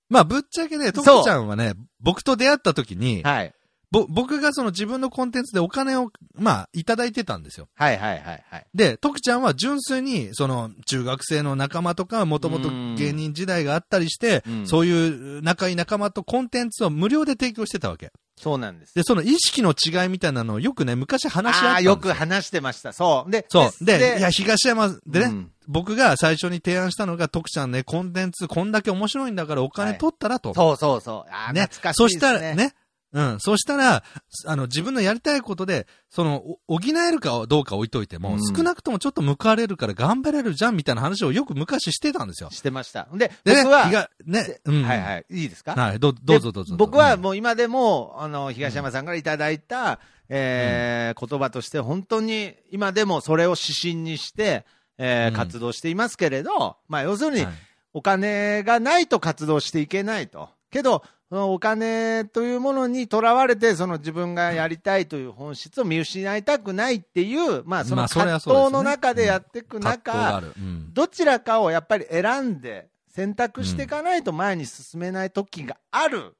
A: まあ、ぶっちゃけね、
B: そ
A: と
B: う
A: こちゃんはね、僕と出会った時に、
B: はい。
A: ぼ、僕がその自分のコンテンツでお金を、まあ、いただいてたんですよ。
B: はいはいはいはい。
A: で、徳ちゃんは純粋に、その、中学生の仲間とか、もともと芸人時代があったりして、
B: うん
A: そういう仲いい仲間とコンテンツを無料で提供してたわけ。
B: そうなんです。
A: で、その意識の違いみたいなのをよくね、昔話し合った
B: ああ、
A: んですよ。
B: よく話してました。そう。で、
A: そう。で、いや、東山でね、
B: うん
A: 僕が最初に提案したのが、徳ちゃんね、コンテンツこんだけ面白いんだからお金取ったらと。
B: そうそうそう。ああ、
A: ね。
B: 懐かしい
A: そ
B: ですね。
A: したら、ね。うん。そしたら、あの、自分のやりたいことで、その、お補えるかどうか置いといても、
B: うん
A: 少なくともちょっと報われるから頑張れるじゃんみたいな話をよく昔してたんですよ。
B: してました。で、
A: でね、
B: 僕は、
A: 日がね、うん。。
B: はいはいい。いいですか
A: はい、どうどうぞ
B: で
A: どうぞ。
B: 僕は
A: うん
B: もう今でも、あの、東山さんからいただいた、えー言葉として、本当に今でもそれを指針にして、えー
A: うん
B: 活動していますけれど、まあ、要するに、
A: はい
B: お金がないと活動していけないと。けど、そのお金というものにとらわれて、その自分がやりたいという本質を見失いたくないっていう、まあ、そ
A: ま
B: の
A: あそれ
B: 葛
A: は
B: 藤
A: そうですね
B: の中でやっていく
A: 葛
B: 中、
A: 藤がある。うん。
B: どちらかをやっぱり選んで選択していかないと前に進めない時がある。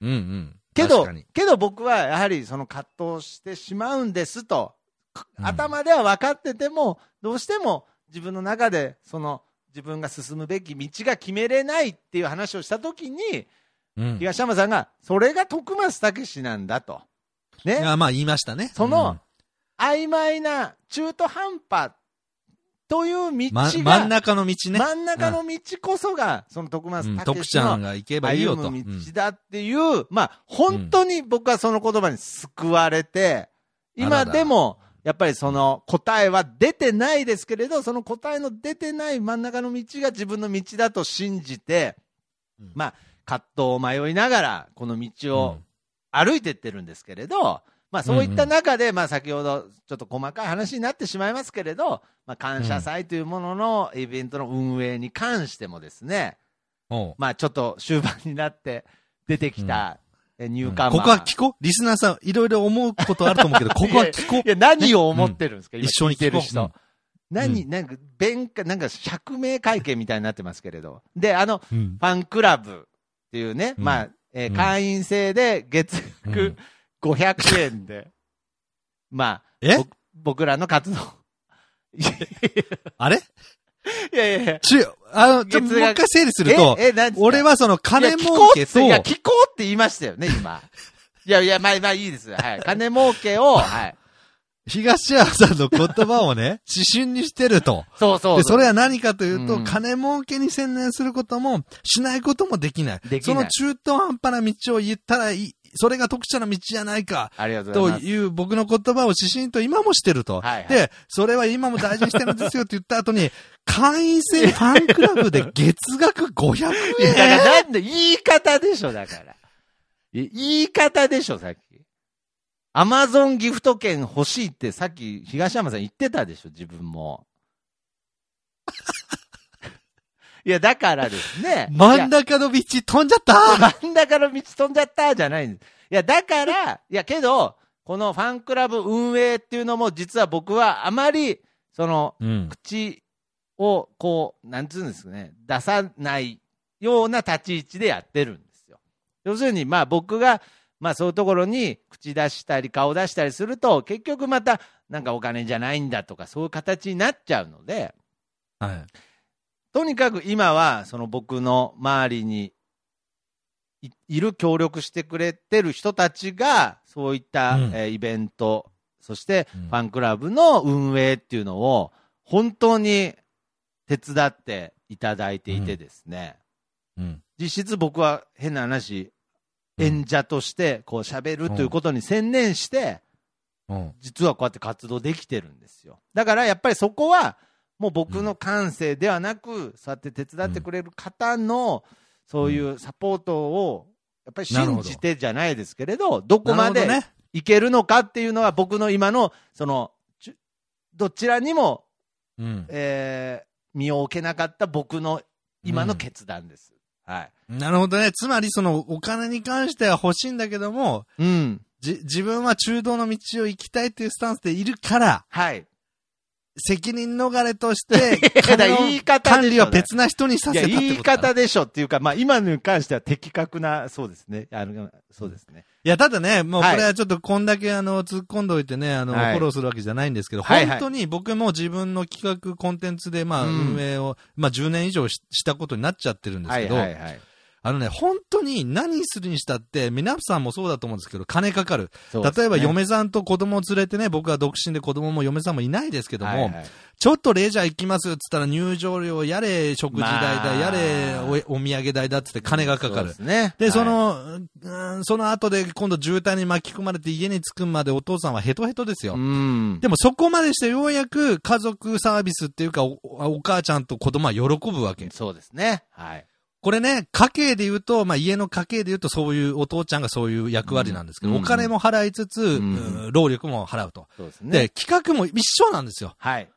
A: うんうん。
B: け
A: 確
B: ど
A: かに、
B: けど僕はやはりその葛藤してしまうんですと、
A: うん
B: 頭では分かってても、どうしても自分の中でその自分が進むべき道が決めれないっていう話をした時に、
A: うん。い
B: 東山さんが、それが徳松武史なんだと。ね。
A: や、まあ言いましたね。
B: その
A: うん
B: 曖昧な中途半端という道が、
A: ま、真ん中の道ね。
B: 真ん中の道こそが、その徳松
A: うん、
B: 武
A: 徳
B: 史
A: ちゃん
B: の
A: が行けばいいよと。
B: 歩む
A: うん
B: 道だっていう、まあ、本当に僕はその言葉に救われて、
A: うんあ
B: 今
A: らら
B: でも、やっぱりその答えは出てないですけれど、その答えの出てない真ん中の道が自分の道だと信じて、
A: うん
B: まあ、葛藤を迷いながら、この道を歩いてってるんですけれど、まあ、そういった中で、まあ、先ほどちょっと細かい話になってしまいますけれど、まあ、感謝祭というもののイベントの運営に関してもですね、
A: うんおう
B: まあ、ちょっと終盤になって出てきたえニューカマー、
A: ここは聞こうリスナーさん、いろいろ思うことあると思うけど、ここは聞こう
B: いや何を思ってるんですか、
A: 一
B: 今
A: 緒に
B: 聞
A: 聞
B: いて
A: こ
B: る
A: う。
B: 人。
A: ん
B: 何、なんか、弁解、なんか、釈明会見みたいになってますけれど。で、あの、
A: うんうん
B: ファンクラブっていうね、
A: うん
B: まあ、えー
A: うん
B: 会員制で月額500円で、まあ、
A: え
B: ぼ僕らの活動。い
A: あれ
B: やいやいや。
A: ちゅ、あの、ちょ、
B: 月
A: もう
B: 額
A: 一回整理すると、
B: え、え、なんですか
A: 俺はその金儲けと、
B: いや、聞こうって言いましたよね、 今。いやいや、まあまあいいです。はい。金儲けを、はい。
A: 東山さんの言葉を ね、指針にしてると。
B: そうそう
A: で、それは何かというと、
B: うん
A: 金儲けに専念することも、しないこともできない。
B: できない
A: その中途半端な道を言ったらいい、それが特殊な道じゃないか。
B: ありがとうご
A: と
B: ざいます。
A: いう僕の言葉を指針と今もしてると。
B: はいはい
A: で、それは今も大事にしてるんですよって言った後に、 会員制ファンクラブで月額500
B: いや、だ
A: 円。
B: からなんで、言い方でしょ、だから。い言い方でしょ、さっき。アマゾンギフト券欲しいってさっき東山さん言ってたでしょ、自分 も。いや、だからですね。
A: 真ん
B: いや
A: 中の道飛んじゃった
B: 真ん中の道飛んじゃったじゃないんです。いや、だから、いや、けど、このファンクラブ運営っていうのも実は僕はあまり、その、
A: うん。
B: 口をこう、なんつうんですかね、出さないような立ち位置でやってるんですよ。要するに、まあ僕が、まあそういうところに口出したり顔出したりすると、結局また、なんかお金じゃないんだとか、そういう形になっちゃうので、
A: はい。
B: とにかく今は、その僕の周りにいいる、協力してくれてる人たちが、そういった、
A: うん
B: えーイベント、そして
A: うん
B: ファンクラブの運営っていうのを、本当に手伝っていただいていてですね、
A: うん。
B: 実質僕は変な話、演者としてこう喋るということに専念して、
A: うん。
B: 実はこうやって活動できてるんですよ。だからやっぱりそこは、もう僕の感性ではなく、そうやって手伝ってくれる方の、そういうサポートを、やっぱり信じてじゃないですけれど、どこ
A: な
B: ま
A: るほど
B: で
A: ね。
B: いけるのかっていうのは、僕の今の、その、ちゅどちらにも、
A: うん。
B: えー身を置けなかった僕の今の決断です。はい。
A: なるほどね。つまりそのお金に関しては欲しいんだけども、
B: うん。
A: じ、自分は中道の道を行きたいというスタンスでいるから、
B: はい。
A: 責任逃れと して、
B: やだ
A: 金を
B: 言い方でしょ
A: 管理は別な人にさ
B: い
A: せ
B: や、
A: たってことだ
B: 言い方でしょっていうか、まあ、今に関しては的確な、そうですね。あの、そうですね。
A: いや、ただね、もうこ
B: はい
A: れはちょっとこんだけあの、突っ込んでおいてね、あの、
B: は
A: フ
B: い
A: ォローするわけじゃないんですけど、
B: はいはい
A: 本当に僕も自分の企画、コンテンツで、まあ、
B: うん
A: 運営を、まあ、10年以上ししたことになっちゃってるんです
B: は
A: け
B: い
A: ど、
B: はいはい。
A: あのね、本当に何するにしたって、皆さんもそうだと思うんですけど、金かかる。
B: そうですね
A: 例えば、嫁さんと子供を連れてね、僕は独身で子供も嫁さんもいないですけども、
B: はいはい
A: ちょっとレジャー行きますっつったら入場料やれ食事代だ、
B: まあ
A: やれおお土産代だっつって金がかかる
B: そう。ですね。
A: で、そ
B: はい、
A: の、うんその後で今度渋滞に巻き込まれて家に着くまでお父さんはヘトヘトですよ。
B: うん。
A: でもそこまでしてようやく家族サービスっていうかお、お母ちゃんと子供は喜ぶわけ。
B: そうですね。はい。
A: これね、家計で言うと、まあ家の家計で言うとそういうお父ちゃんがそういう役割なんですけど、
B: うん
A: お金も払いつつ、
B: ん
A: うん労力も払うと。
B: そうですね。
A: で、企画も一緒なんですよ。
B: はい。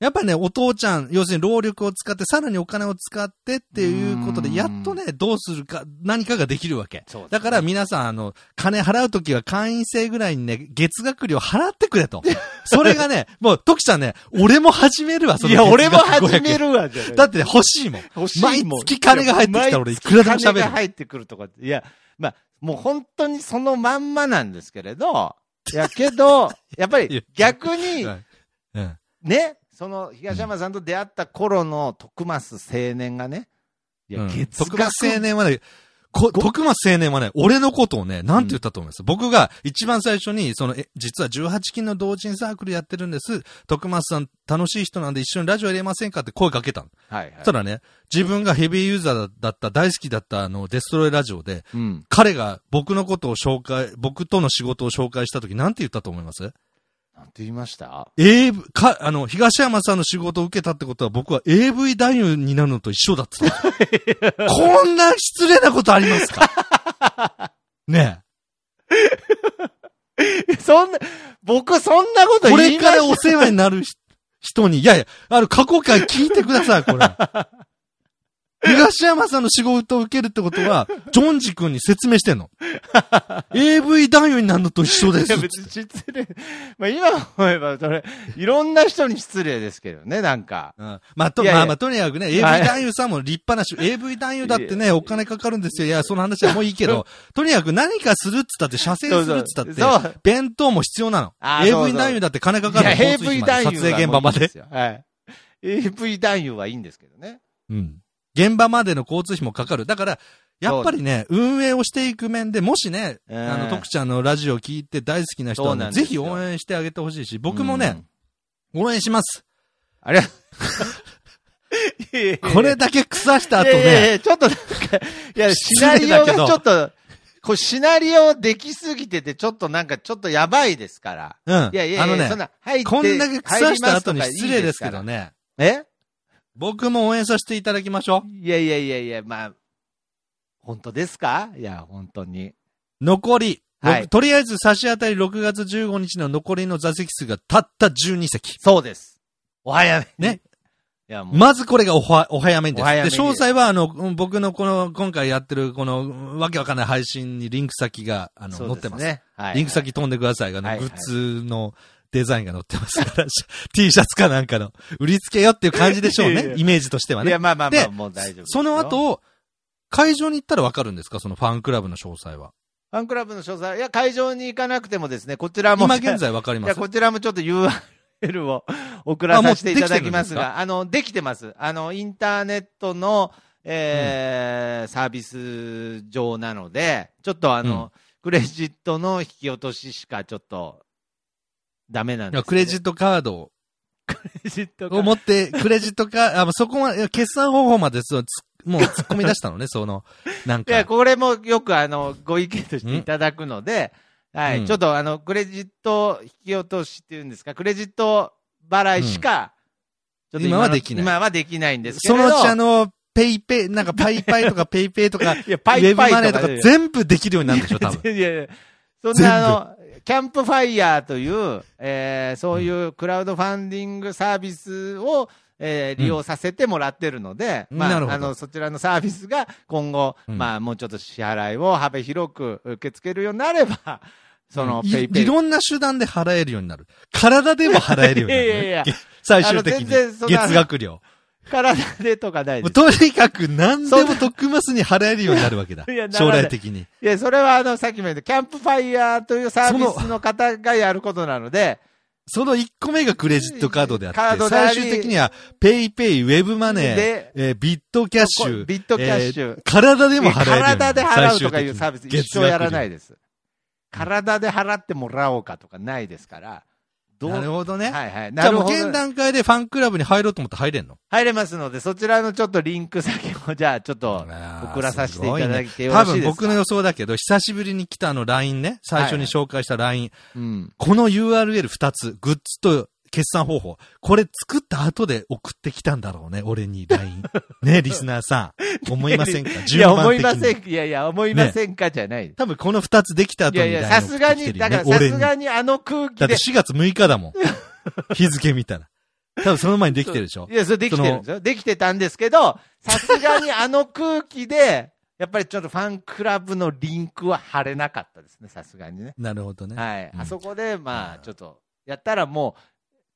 A: やっぱりね、お父ちゃん、要するに労力を使って、さらにお金を使ってっていうこと
B: う
A: で、
B: ん
A: やっとね、どうするか、何かができるわけ。
B: そうですね
A: だから皆さん、あの、金払うときは会員制ぐらいにね、月額料払ってくれと。それがね、もう、徳ちゃんね、俺も始めるわ、そ
B: い
A: の
B: や、俺
A: 月
B: も
A: 額500円
B: 始めるわ、じゃない
A: だってね、 欲しいもん。
B: 欲しいもん
A: 毎月金が入ってきたら俺いくらでも喋る
B: 毎月金が入ってくるとかって。いや、まあ、もう本当にそのまんまなんですけれど、いやけど、やっぱ
A: いや
B: り逆 に、
A: はいうん
B: ね、その東山さんと出会った頃の徳増青年がね、いや、
A: うん
B: 月
A: 徳
B: 額、
A: 松青年はね、こ徳松青年はね、俺のことをね、なんて言ったと思います、僕が一番最初に、その、え、実は18金の同人サークルやってるんです。徳松さん楽しい人なんで一緒にラジオやりませんかって声かけたの。
B: はいはい
A: そしたらね、自分がヘビーユーザーだった、大好きだったあの、デストロイラジオで、
B: うん。
A: 彼が僕のことを紹介、僕との仕事を紹介した時なんて言ったと思います
B: なんて言いました
A: ?AV、か、あの、東山さんの仕事を受けたってことは僕は AV 男優になるのと一緒だって言ったんですよこんな失礼なことありますかね
B: そんな、僕そんなこと
A: え。こ
B: 言い
A: れ
B: ま
A: から
B: し
A: お世話になる人人に、いやいや、あの、過去回聞いてください、これ。東山さんの仕事を受けるってことは、ジョンジ君に説明してんの。AV 男優になるのと一緒で
B: い
A: す
B: や、。別に失礼。まあ今思えば、それ、いろんな人に失礼ですけどね、なんか。
A: うんまあ、と、
B: いやいや
A: まあまあ、とにかくね、AV
B: はい
A: 男優さんも立派なし、AV 男優だって
B: い
A: ね、
B: や
A: お金かかるんですよ。いや、その話はもういいけ ど、とにかく何かするっつったって、射精するっつったって、
B: そうそう
A: 弁当も必要なの。
B: あーそうそう
A: AV 男優だって金かかるの。
B: いや、
A: 交通費
B: AV
A: まで
B: 男優は
A: 撮影現場ま
B: もういい
A: で。
B: すよ。はい。AV 男優はいいんですけどね。
A: うん。現場までの交通費もかかる。だから、やっぱりね、運営をしていく面で、もしね、
B: うん
A: あの、徳ちゃんのラジオ聞いて大好きな人
B: そ
A: は
B: う
A: ね、
B: なんです
A: ぜ
B: よ
A: ひ応援してあげてほしいし、僕も
B: う
A: ね
B: ん、。
A: 応援します。
B: あれ いやいやいや
A: これだけ腐した後
B: いやいや
A: ね、
B: いやちょっとなんか、いや、シナリオがちょっと、こうシナリオできすぎてて、ちょっとなんかちょっとやばいですから。
A: うん。
B: いやいやいや、
A: あのね
B: そん、な、入って
A: こんだけ腐した後に失礼ですけど
B: ね。
A: ね。
B: え
A: 僕も応援させていただきましょ
B: いやいやいやいや、まあ、本当ですかいや、本当に。
A: う。残り、
B: はい
A: ろくとりあえず差し当たり6月15日の残りの座席数がたった12席。
B: そうです。お早めに
A: ね。
B: いや、もう。
A: まずこれがおは、お早めにです。
B: お早めに
A: で、詳細はあの、うん僕のこの、今回やってるこの、わけわかんない配信にリンク先が、あの、
B: そう
A: 載っ
B: で
A: てます。
B: ね。はい。
A: リンク先飛んでください。あの、
B: はい
A: グッズのデザインが載ってますから、T シャツかなんかの、売り付けよっていう感じでしょう
B: いやい
A: ね
B: や。
A: イメージとしてはね。
B: いや、まあまあま
A: で
B: あ、もう大丈夫ですよ
A: その、後、会場に行ったらわかるんですかそのファンクラブの詳細は。
B: ファンクラブの詳細、いや、会場に行かなくてもですね、こちらも。
A: 今現在わかり
B: い
A: ま
B: や、
A: す
B: こちらもちょっと URL を送らさせていただきますが、あの、できてます。あの、インターネットの、えーサービス上なので、ちょっとあの、クレジットの引き落とししかちょっと、ダメなん
A: い
B: です
A: や
B: けど
A: クレジットカード
B: クレジットが
A: を持って、クレジットカード、あそこまで、いや決算方法までそうつもう突っ込み出したの ね、その、なん
B: い
A: か。
B: や、これもよくあの、ご意見としていただくので、はい、
A: うん
B: ちょっとあの、クレジット引き落としっていうんですか、クレジット払いしか、
A: うん
B: ちょっとの
A: 今はできない
B: 今はできないんですけ
A: そ
B: れど。
A: のうちあの、ペイペイ、なんかパイパイ とかペイペイとか、
B: いや、パイ
A: ウェ
B: パイ
A: ブマ
B: と
A: ネ
B: か
A: ーとか
B: で
A: 全部できるようになるんでしょ、多分。
B: いやいやいやそんなあの、キャンプファイヤーという、えーそういうクラウドファンディングサービスを、えー利用させてもらってるので、
A: うん
B: ま
A: なるほ
B: あ、
A: ど
B: あの、そちらのサービスが今後、
A: うん
B: まあ、もうちょっと支払いを幅広く受け付けるようになれば、その、
A: い
B: ペイペイ。
A: いろんな手段で払えるようになる。体でも払えるように
B: い
A: なるね、
B: やいやいや
A: 最終的に
B: あの全然そんな
A: 月額料。
B: 体でとかない
A: も
B: で
A: うとにかく何でも特ますに払えるようになるわけだ
B: いや。なら
A: 将
B: ない
A: 来的に。
B: す。いや、それはあの、さっきも言った、キャンプファイヤーというサービ
A: そ
B: スの方がやることなので、
A: その1個目がクレジットカードであ
B: カ
A: っ
B: ー
A: て、
B: ドであ
A: 最
B: り
A: 終的にはペイペイ、ウェブマネー
B: で、
A: えービットキャッシ
B: こ
A: ュ、
B: ビットキャッシュ
A: えー体でも払えるようになる。
B: 体で払うとかいうサービス、
A: 最終的に
B: 一生やらない
A: 月
B: です。体で払ってもらおうかとかないですから、ど
A: 額料なるほどね。
B: はいはい。
A: じゃ
B: な
A: あ
B: る
A: もう
B: ほ
A: 現
B: ど。
A: 段階でファンクラブに入ろうと思って入れんの
B: 入れますので、そちらのちょっとリンク先を、じゃあちょっと
A: あー
B: 送らさせていただいてよろ
A: 多
B: しい
A: 分
B: ですか
A: 僕の予想だけど、久しぶりに来たあの LINE ね、最初に紹介した LINE、
B: うん。
A: この URL2 つ、グッズと決算方法、これ作った後で送ってきたんだろうね、俺に LINE。ね、リスナーさん。思いませんか
B: い
A: 順
B: や、
A: 番
B: 思い
A: 的
B: ませ
A: に。
B: ん。いやいや、思いませんかじゃない。
A: 多分この2つできた
B: い
A: 後
B: や
A: に
B: い
A: LINE
B: や、さすが
A: 送って
B: に、
A: きて
B: だ
A: る
B: か
A: よ
B: ら
A: ね俺
B: さ
A: に
B: すがにあの空
A: だ
B: 気
A: っ
B: で
A: て。4月6日だも ん。日付見たら。多分その前にできてるでしょ
B: い。や、それできてるんですよ。できてたんですけど、さすがにあの空気で、やっぱりちょっとファンクラブのリンクは貼れなかったですね、さすがにね。
A: なるほどね。
B: はい。
A: うん
B: あそこで、ま
A: う
B: あ、
A: ん
B: ちょっと、やったらもう、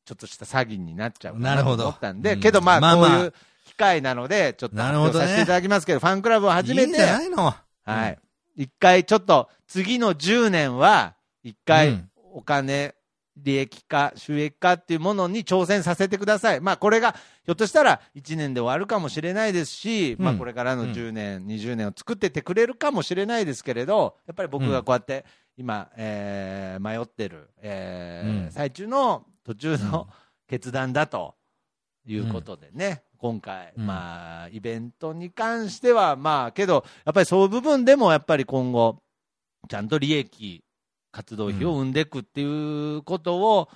B: ちょっとした詐欺になっちゃうか
A: なる
B: なと
A: ほど
B: 思ったん
A: う
B: で、
A: ん
B: けどま
A: ま
B: あ、
A: あ
B: こ
A: ま
B: う
A: あ
B: いう機会なので、ちょっと
A: な
B: 発
A: るほどね
B: 表させていただきますけど、ファンクラブを始め
A: いいん
B: て
A: じ、ゃないの
B: はい。一回ちょっと、次の10年は、一
A: う
B: 回
A: ん
B: お金、利益化、収益化っていうものに挑戦させてください。まあこれが、ひょっとしたら1年で終わるかもしれないですし、
A: うん
B: まあこれからの10年、20年を作ってってくれるかもしれないですけれど、やっぱり僕がこうやって今、えー迷ってる、えー
A: うん
B: 最中の途中の、
A: うん
B: 決断だということでね、今回、
A: うん
B: まあ、イベントに関しては、まあ、けど、やっぱりそういう部分でも、やっぱり今後、ちゃんと利益、活動費を生んでいくっていうことを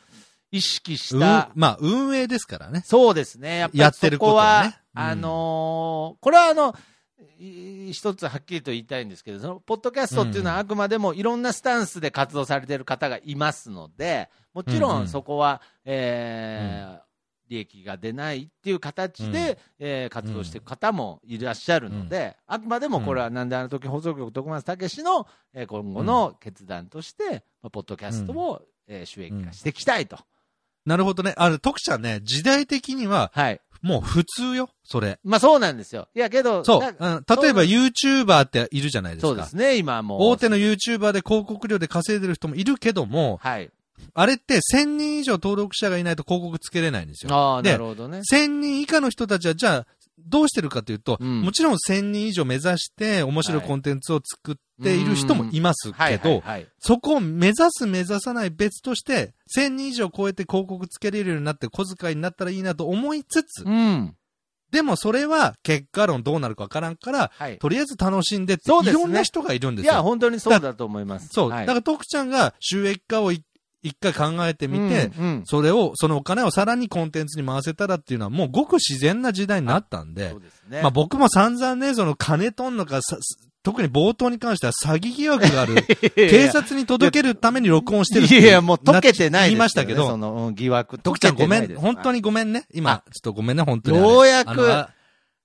B: 意識した、
A: うんまあ、運営ですからね。
B: そうですね、やっ
A: や
B: ぱ
A: って
B: り
A: る
B: そ
A: こと
B: こ
A: は
B: は、
A: ねうん
B: あのーこれはあの、い一つはっきりと言いたいんですけど、そのポッドキャストっていうの
A: う
B: は
A: ん
B: あくまでもいろんなスタンスで活動されてる方がいますので、もち
A: うん
B: ろ
A: うん
B: んそこは、えー利益が出ないっていう形で、
A: う
B: えー活動していく方もいらっしゃるので、あくまでもこれはなんであの時放送局徳松武史の、えー今後の決断として、まあポッドキャストを、えー収益化していきたいと。
A: なるほどね。あの、徳ちゃんね、時代的には、
B: はい。
A: もう普通よ、それ。
B: まあそうなんですよ。いやけど、
A: そう。う
B: な
A: ん例えば YouTuber っているじゃないですか。
B: そうですね、今はもう。
A: 大手の YouTuber で広告料で稼いでる人もいるけども、
B: はい。
A: あれって1000人以上登録者がいないと広告つけれないんですよ。
B: ああ、
A: で
B: なるほどね。
A: 1000人以下の人たちは、じゃあ、どうしてるかというと、
B: うん
A: もちろん1000人以上目指して面白い
B: はい
A: コンテンツを作っている人もいます
B: は
A: け
B: い、はい、
A: ど、
B: はい。
A: そこを目指す目指さない別として、1000人以上超えて広告つけれるようになって小遣いになったらいいなと思いつつ
B: う、ん。
A: でもそれは結果論どうなるかわからんから、
B: はい。
A: とりあえず楽しんでって、
B: そうで
A: い
B: すね
A: ろんな人がいるんで
B: い
A: すよ。
B: や、本当にそうだと思います。
A: そう。
B: はい、
A: だから、徳ちゃんが収益化をい一回考えてみて、
B: うんうん
A: それを、そのお金をさらにコンテンツに回せたらっていうのは、もうごく自然な時代になったんで
B: そう、ですね。
A: ま あ僕も散々ね、その金とんのか、さ特に冒頭に関しては詐欺疑惑 がある。警察に届けるために録音してるっ
B: い
A: て
B: やいや、もう解けてない
A: 言いましたけ
B: そ
A: ど、
B: のうん疑惑。
A: 徳ちゃんごめ
B: 解け
A: ん、
B: てない
A: 本当
B: で
A: にごめんね。今
B: あ、
A: ちょっとごめんね、本当
B: す。
A: に。
B: ようやく、
A: あのあ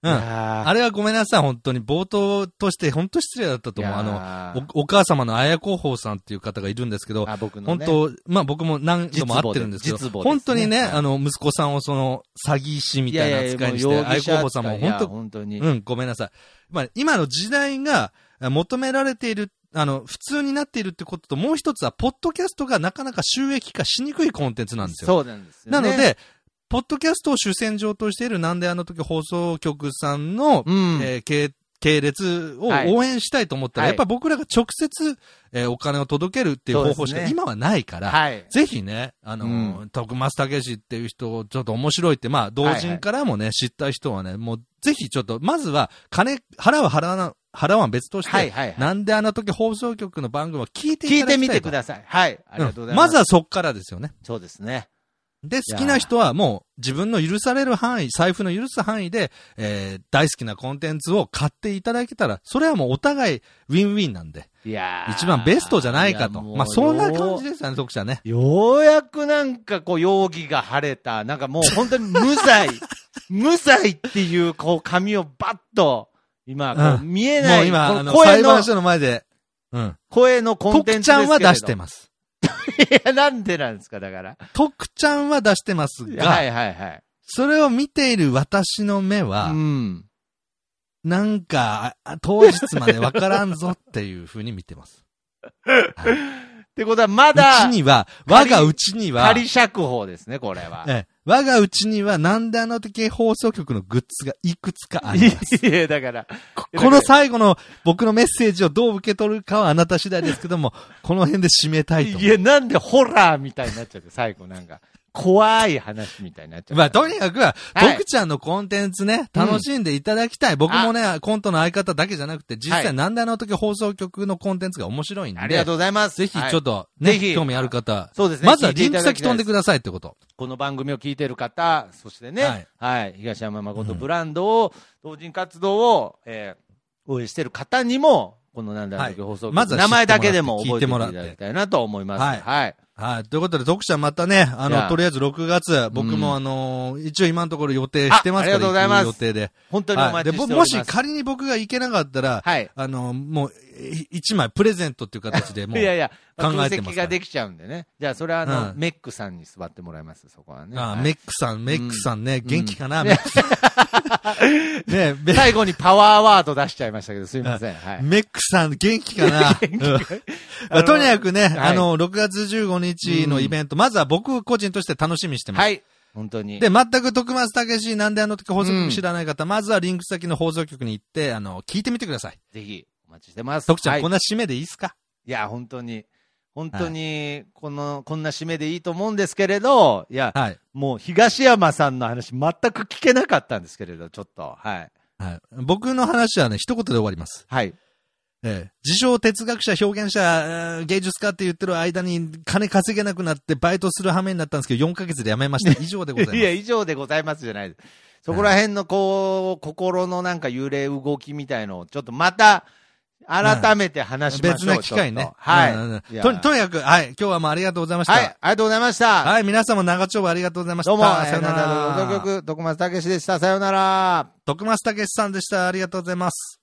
A: うん。
B: あ
A: あれはごめんなさい、本当に。冒頭として、本当失礼だったと思う。あの、
B: の、
A: おお母様の綾子法さんっていう方がいるんですけど、
B: あ僕の
A: 本
B: ね、
A: 当、まあ僕も何度も会ってるんですけど、
B: 実母で
A: 本当にね、
B: 実母ですね
A: あの、息子さんをその、詐欺師みたいな扱いにして、
B: ややもう容
A: 愛
B: 疑者
A: 候補さんも
B: 扱い
A: 本
B: いや
A: 当、
B: 本当に。
A: うん、ごめんなさい。まあ、今の時代があ求められている、あの、普通になっているってことと、もう一つは、ポッドキャストがなかなか収益化しにくいコンテンツなんですよ。
B: そうなんですよ
A: な
B: ね。
A: ので、ポッドキャストを主戦場としている、なんであの時放送局さんの
B: うん、
A: えー系系列を応援したいと思ったら、
B: はい
A: やっぱり僕らが直接、えーお金を届けるっていう方法し
B: そうで
A: か
B: すね
A: 今はないから、
B: はい。
A: ぜひね、あのー徳松武史っていう人をちょっと面白いって、まあ、同人からもね、知った人はね、もうぜひちょっと、まずは、金、払う払わな、払わん別として、
B: はい、はい。はい
A: なんであの時放送局の番組を聞いてい
B: 聞い
A: ただきたいと
B: てみてください。はい。ありがとうござい
A: んま
B: ます。
A: ずはそっからですよね。
B: そうですね。
A: で、
B: や
A: 好きな人はもう自分の許される範囲、財布の許す範囲で、えー大好きなコンテンツを買っていただけたら、それはもうお互いウィンウィンなんで、
B: いやー
A: 一番ベストじゃないか
B: や
A: と。
B: もう
A: まあ、そんな
B: よ
A: 感
B: う
A: じですよね、徳ちゃんね。
B: ようやくなんかこう、容疑が晴れた。なんかもう本当に 無罪。無罪っていう、こう、紙をバッと、今、こう見えな
A: もう
B: い、
A: 今、
B: こ
A: あの、
B: 声
A: 裁
B: の
A: 判、所の前で、うん。
B: 声のコンテ
A: 徳
B: ンツです
A: ち
B: け
A: ゃ
B: れ
A: ん
B: ど。
A: は出してます。
B: や、なんでなんですか、だから。
A: 特ちゃんは出してますが、
B: はいはいはい。
A: それを見ている私の目は、
B: うん。
A: なんか、あ当日までわからんぞっていう風に見てます。
B: ってことは、ま
A: うち
B: だ、
A: には、我がうちには、
B: 仮釈放ですね、これは。
A: ええ我がうちには、なんであの時放送局のグッズがいくつかあります。
B: いや、だから、
A: ここの最後の僕のメッセージをどう受け取るかはあなた次第ですけども、この辺で締めたいと思います
B: いや、なんでホラーみたいになっちゃって、最後なんか。怖い話みたいになっちゃう。
A: まあ、とにかくは、
B: はい
A: 徳ちゃんのコンテンツね、楽しんでいただきたい。僕もね、コントの相方だけじゃなくて、実
B: は
A: 際、
B: い
A: なんであの時放送局のコンテンツが面白いんで、
B: ありがとうございます。
A: ぜひ
B: はい
A: ちょっとね、
B: ぜひ
A: 興味ある方、
B: そうですね。
A: まずは
B: 聞いて
A: リ
B: い
A: ン
B: た
A: ク
B: だき
A: 先
B: た
A: 飛
B: い
A: ん
B: で
A: ですくださいってこと。
B: この番組を聞いてる方、そしてね、
A: は
B: はいい、東山誠
A: うん
B: ブランドを、同人活動を、えー応援してる方にも、このなんだろう、放送局、
A: まずは知って
B: 名
A: もらって
B: 前だけでも覚
A: 聞い
B: え
A: て
B: て
A: も
B: も
A: らっ
B: ら
A: て
B: いただきたいなと思います。
A: は
B: はいい。
A: はい。ということで、徳ちゃんまたね、あ
B: い
A: の、
B: や
A: とりあえず6月、僕
B: う
A: も
B: ん
A: あの、一応今のところ予定してますから、
B: あありがとうございます
A: 行く予定で。
B: 本当にお
A: はい。で、
B: 待ちしてお
A: も
B: り
A: も
B: ます。
A: し仮に僕が行けなかったら、
B: はい。
A: あの、もう、1枚プレゼントっていう形で、もう、
B: いやいや、
A: 考えてます
B: 空
A: から
B: 席ができちゃうんでね。じゃあ、それはあの、
A: うん
B: メックさんに座ってもらいます、そこはね。
A: あ
B: はい
A: メックさん、メックさんね、
B: ん
A: 元気かな、
B: うん
A: メックさん。 ねメ
B: 最後にパワーワード出しちゃいましたけど、すいません。はい。
A: メックさん、元気か な、うんまあとにかくね、
B: はい
A: あの、6月15日のイベント、まずは僕個人として楽しみにしてます。
B: はい。本当に。
A: で、全く徳松武史、なんであの時放送局知らない方、まずはリンク先の放送局に行って、あの、聞いてみてください。
B: ぜひ、お待ちしてます。
A: 徳ちゃん、
B: はい
A: こんな締めでいいっすか
B: いや、本当に、本当に、この、こんな締めでいいと思うんですけれど、いや、
A: はい。
B: もう東山さんの話全く聞けなかったんですけれど、ちょっと、はい。
A: はい。僕の話はね、一言で終わります。
B: はい。
A: ええ、自称哲学者、表現者、えー芸術家って言ってる間に金稼げなくなってバイトする羽目になったんですけど、4ヶ月で辞めま した。以上でございます。
B: いや、以上でございますじゃないです。そこら辺の、こう、心のなんか幽霊動きみたいのを、ちょっとまた、改めて話しまし
A: 別
B: ょう。
A: な機会
B: ちょ
A: ね
B: っ。とはい
A: うんうんうん。
B: いや
A: とに、とにかく、はい、今日はもうありがとうございました。
B: は、
A: はいい。
B: ありがとうございました。
A: 皆さんも長丁場ありがとうございました。
B: どうも、
A: さような
B: えーなんだろう
A: ら。
B: 放送局、徳松武史でした。さようなら。
A: 徳松武さんでした。ありがとうございます。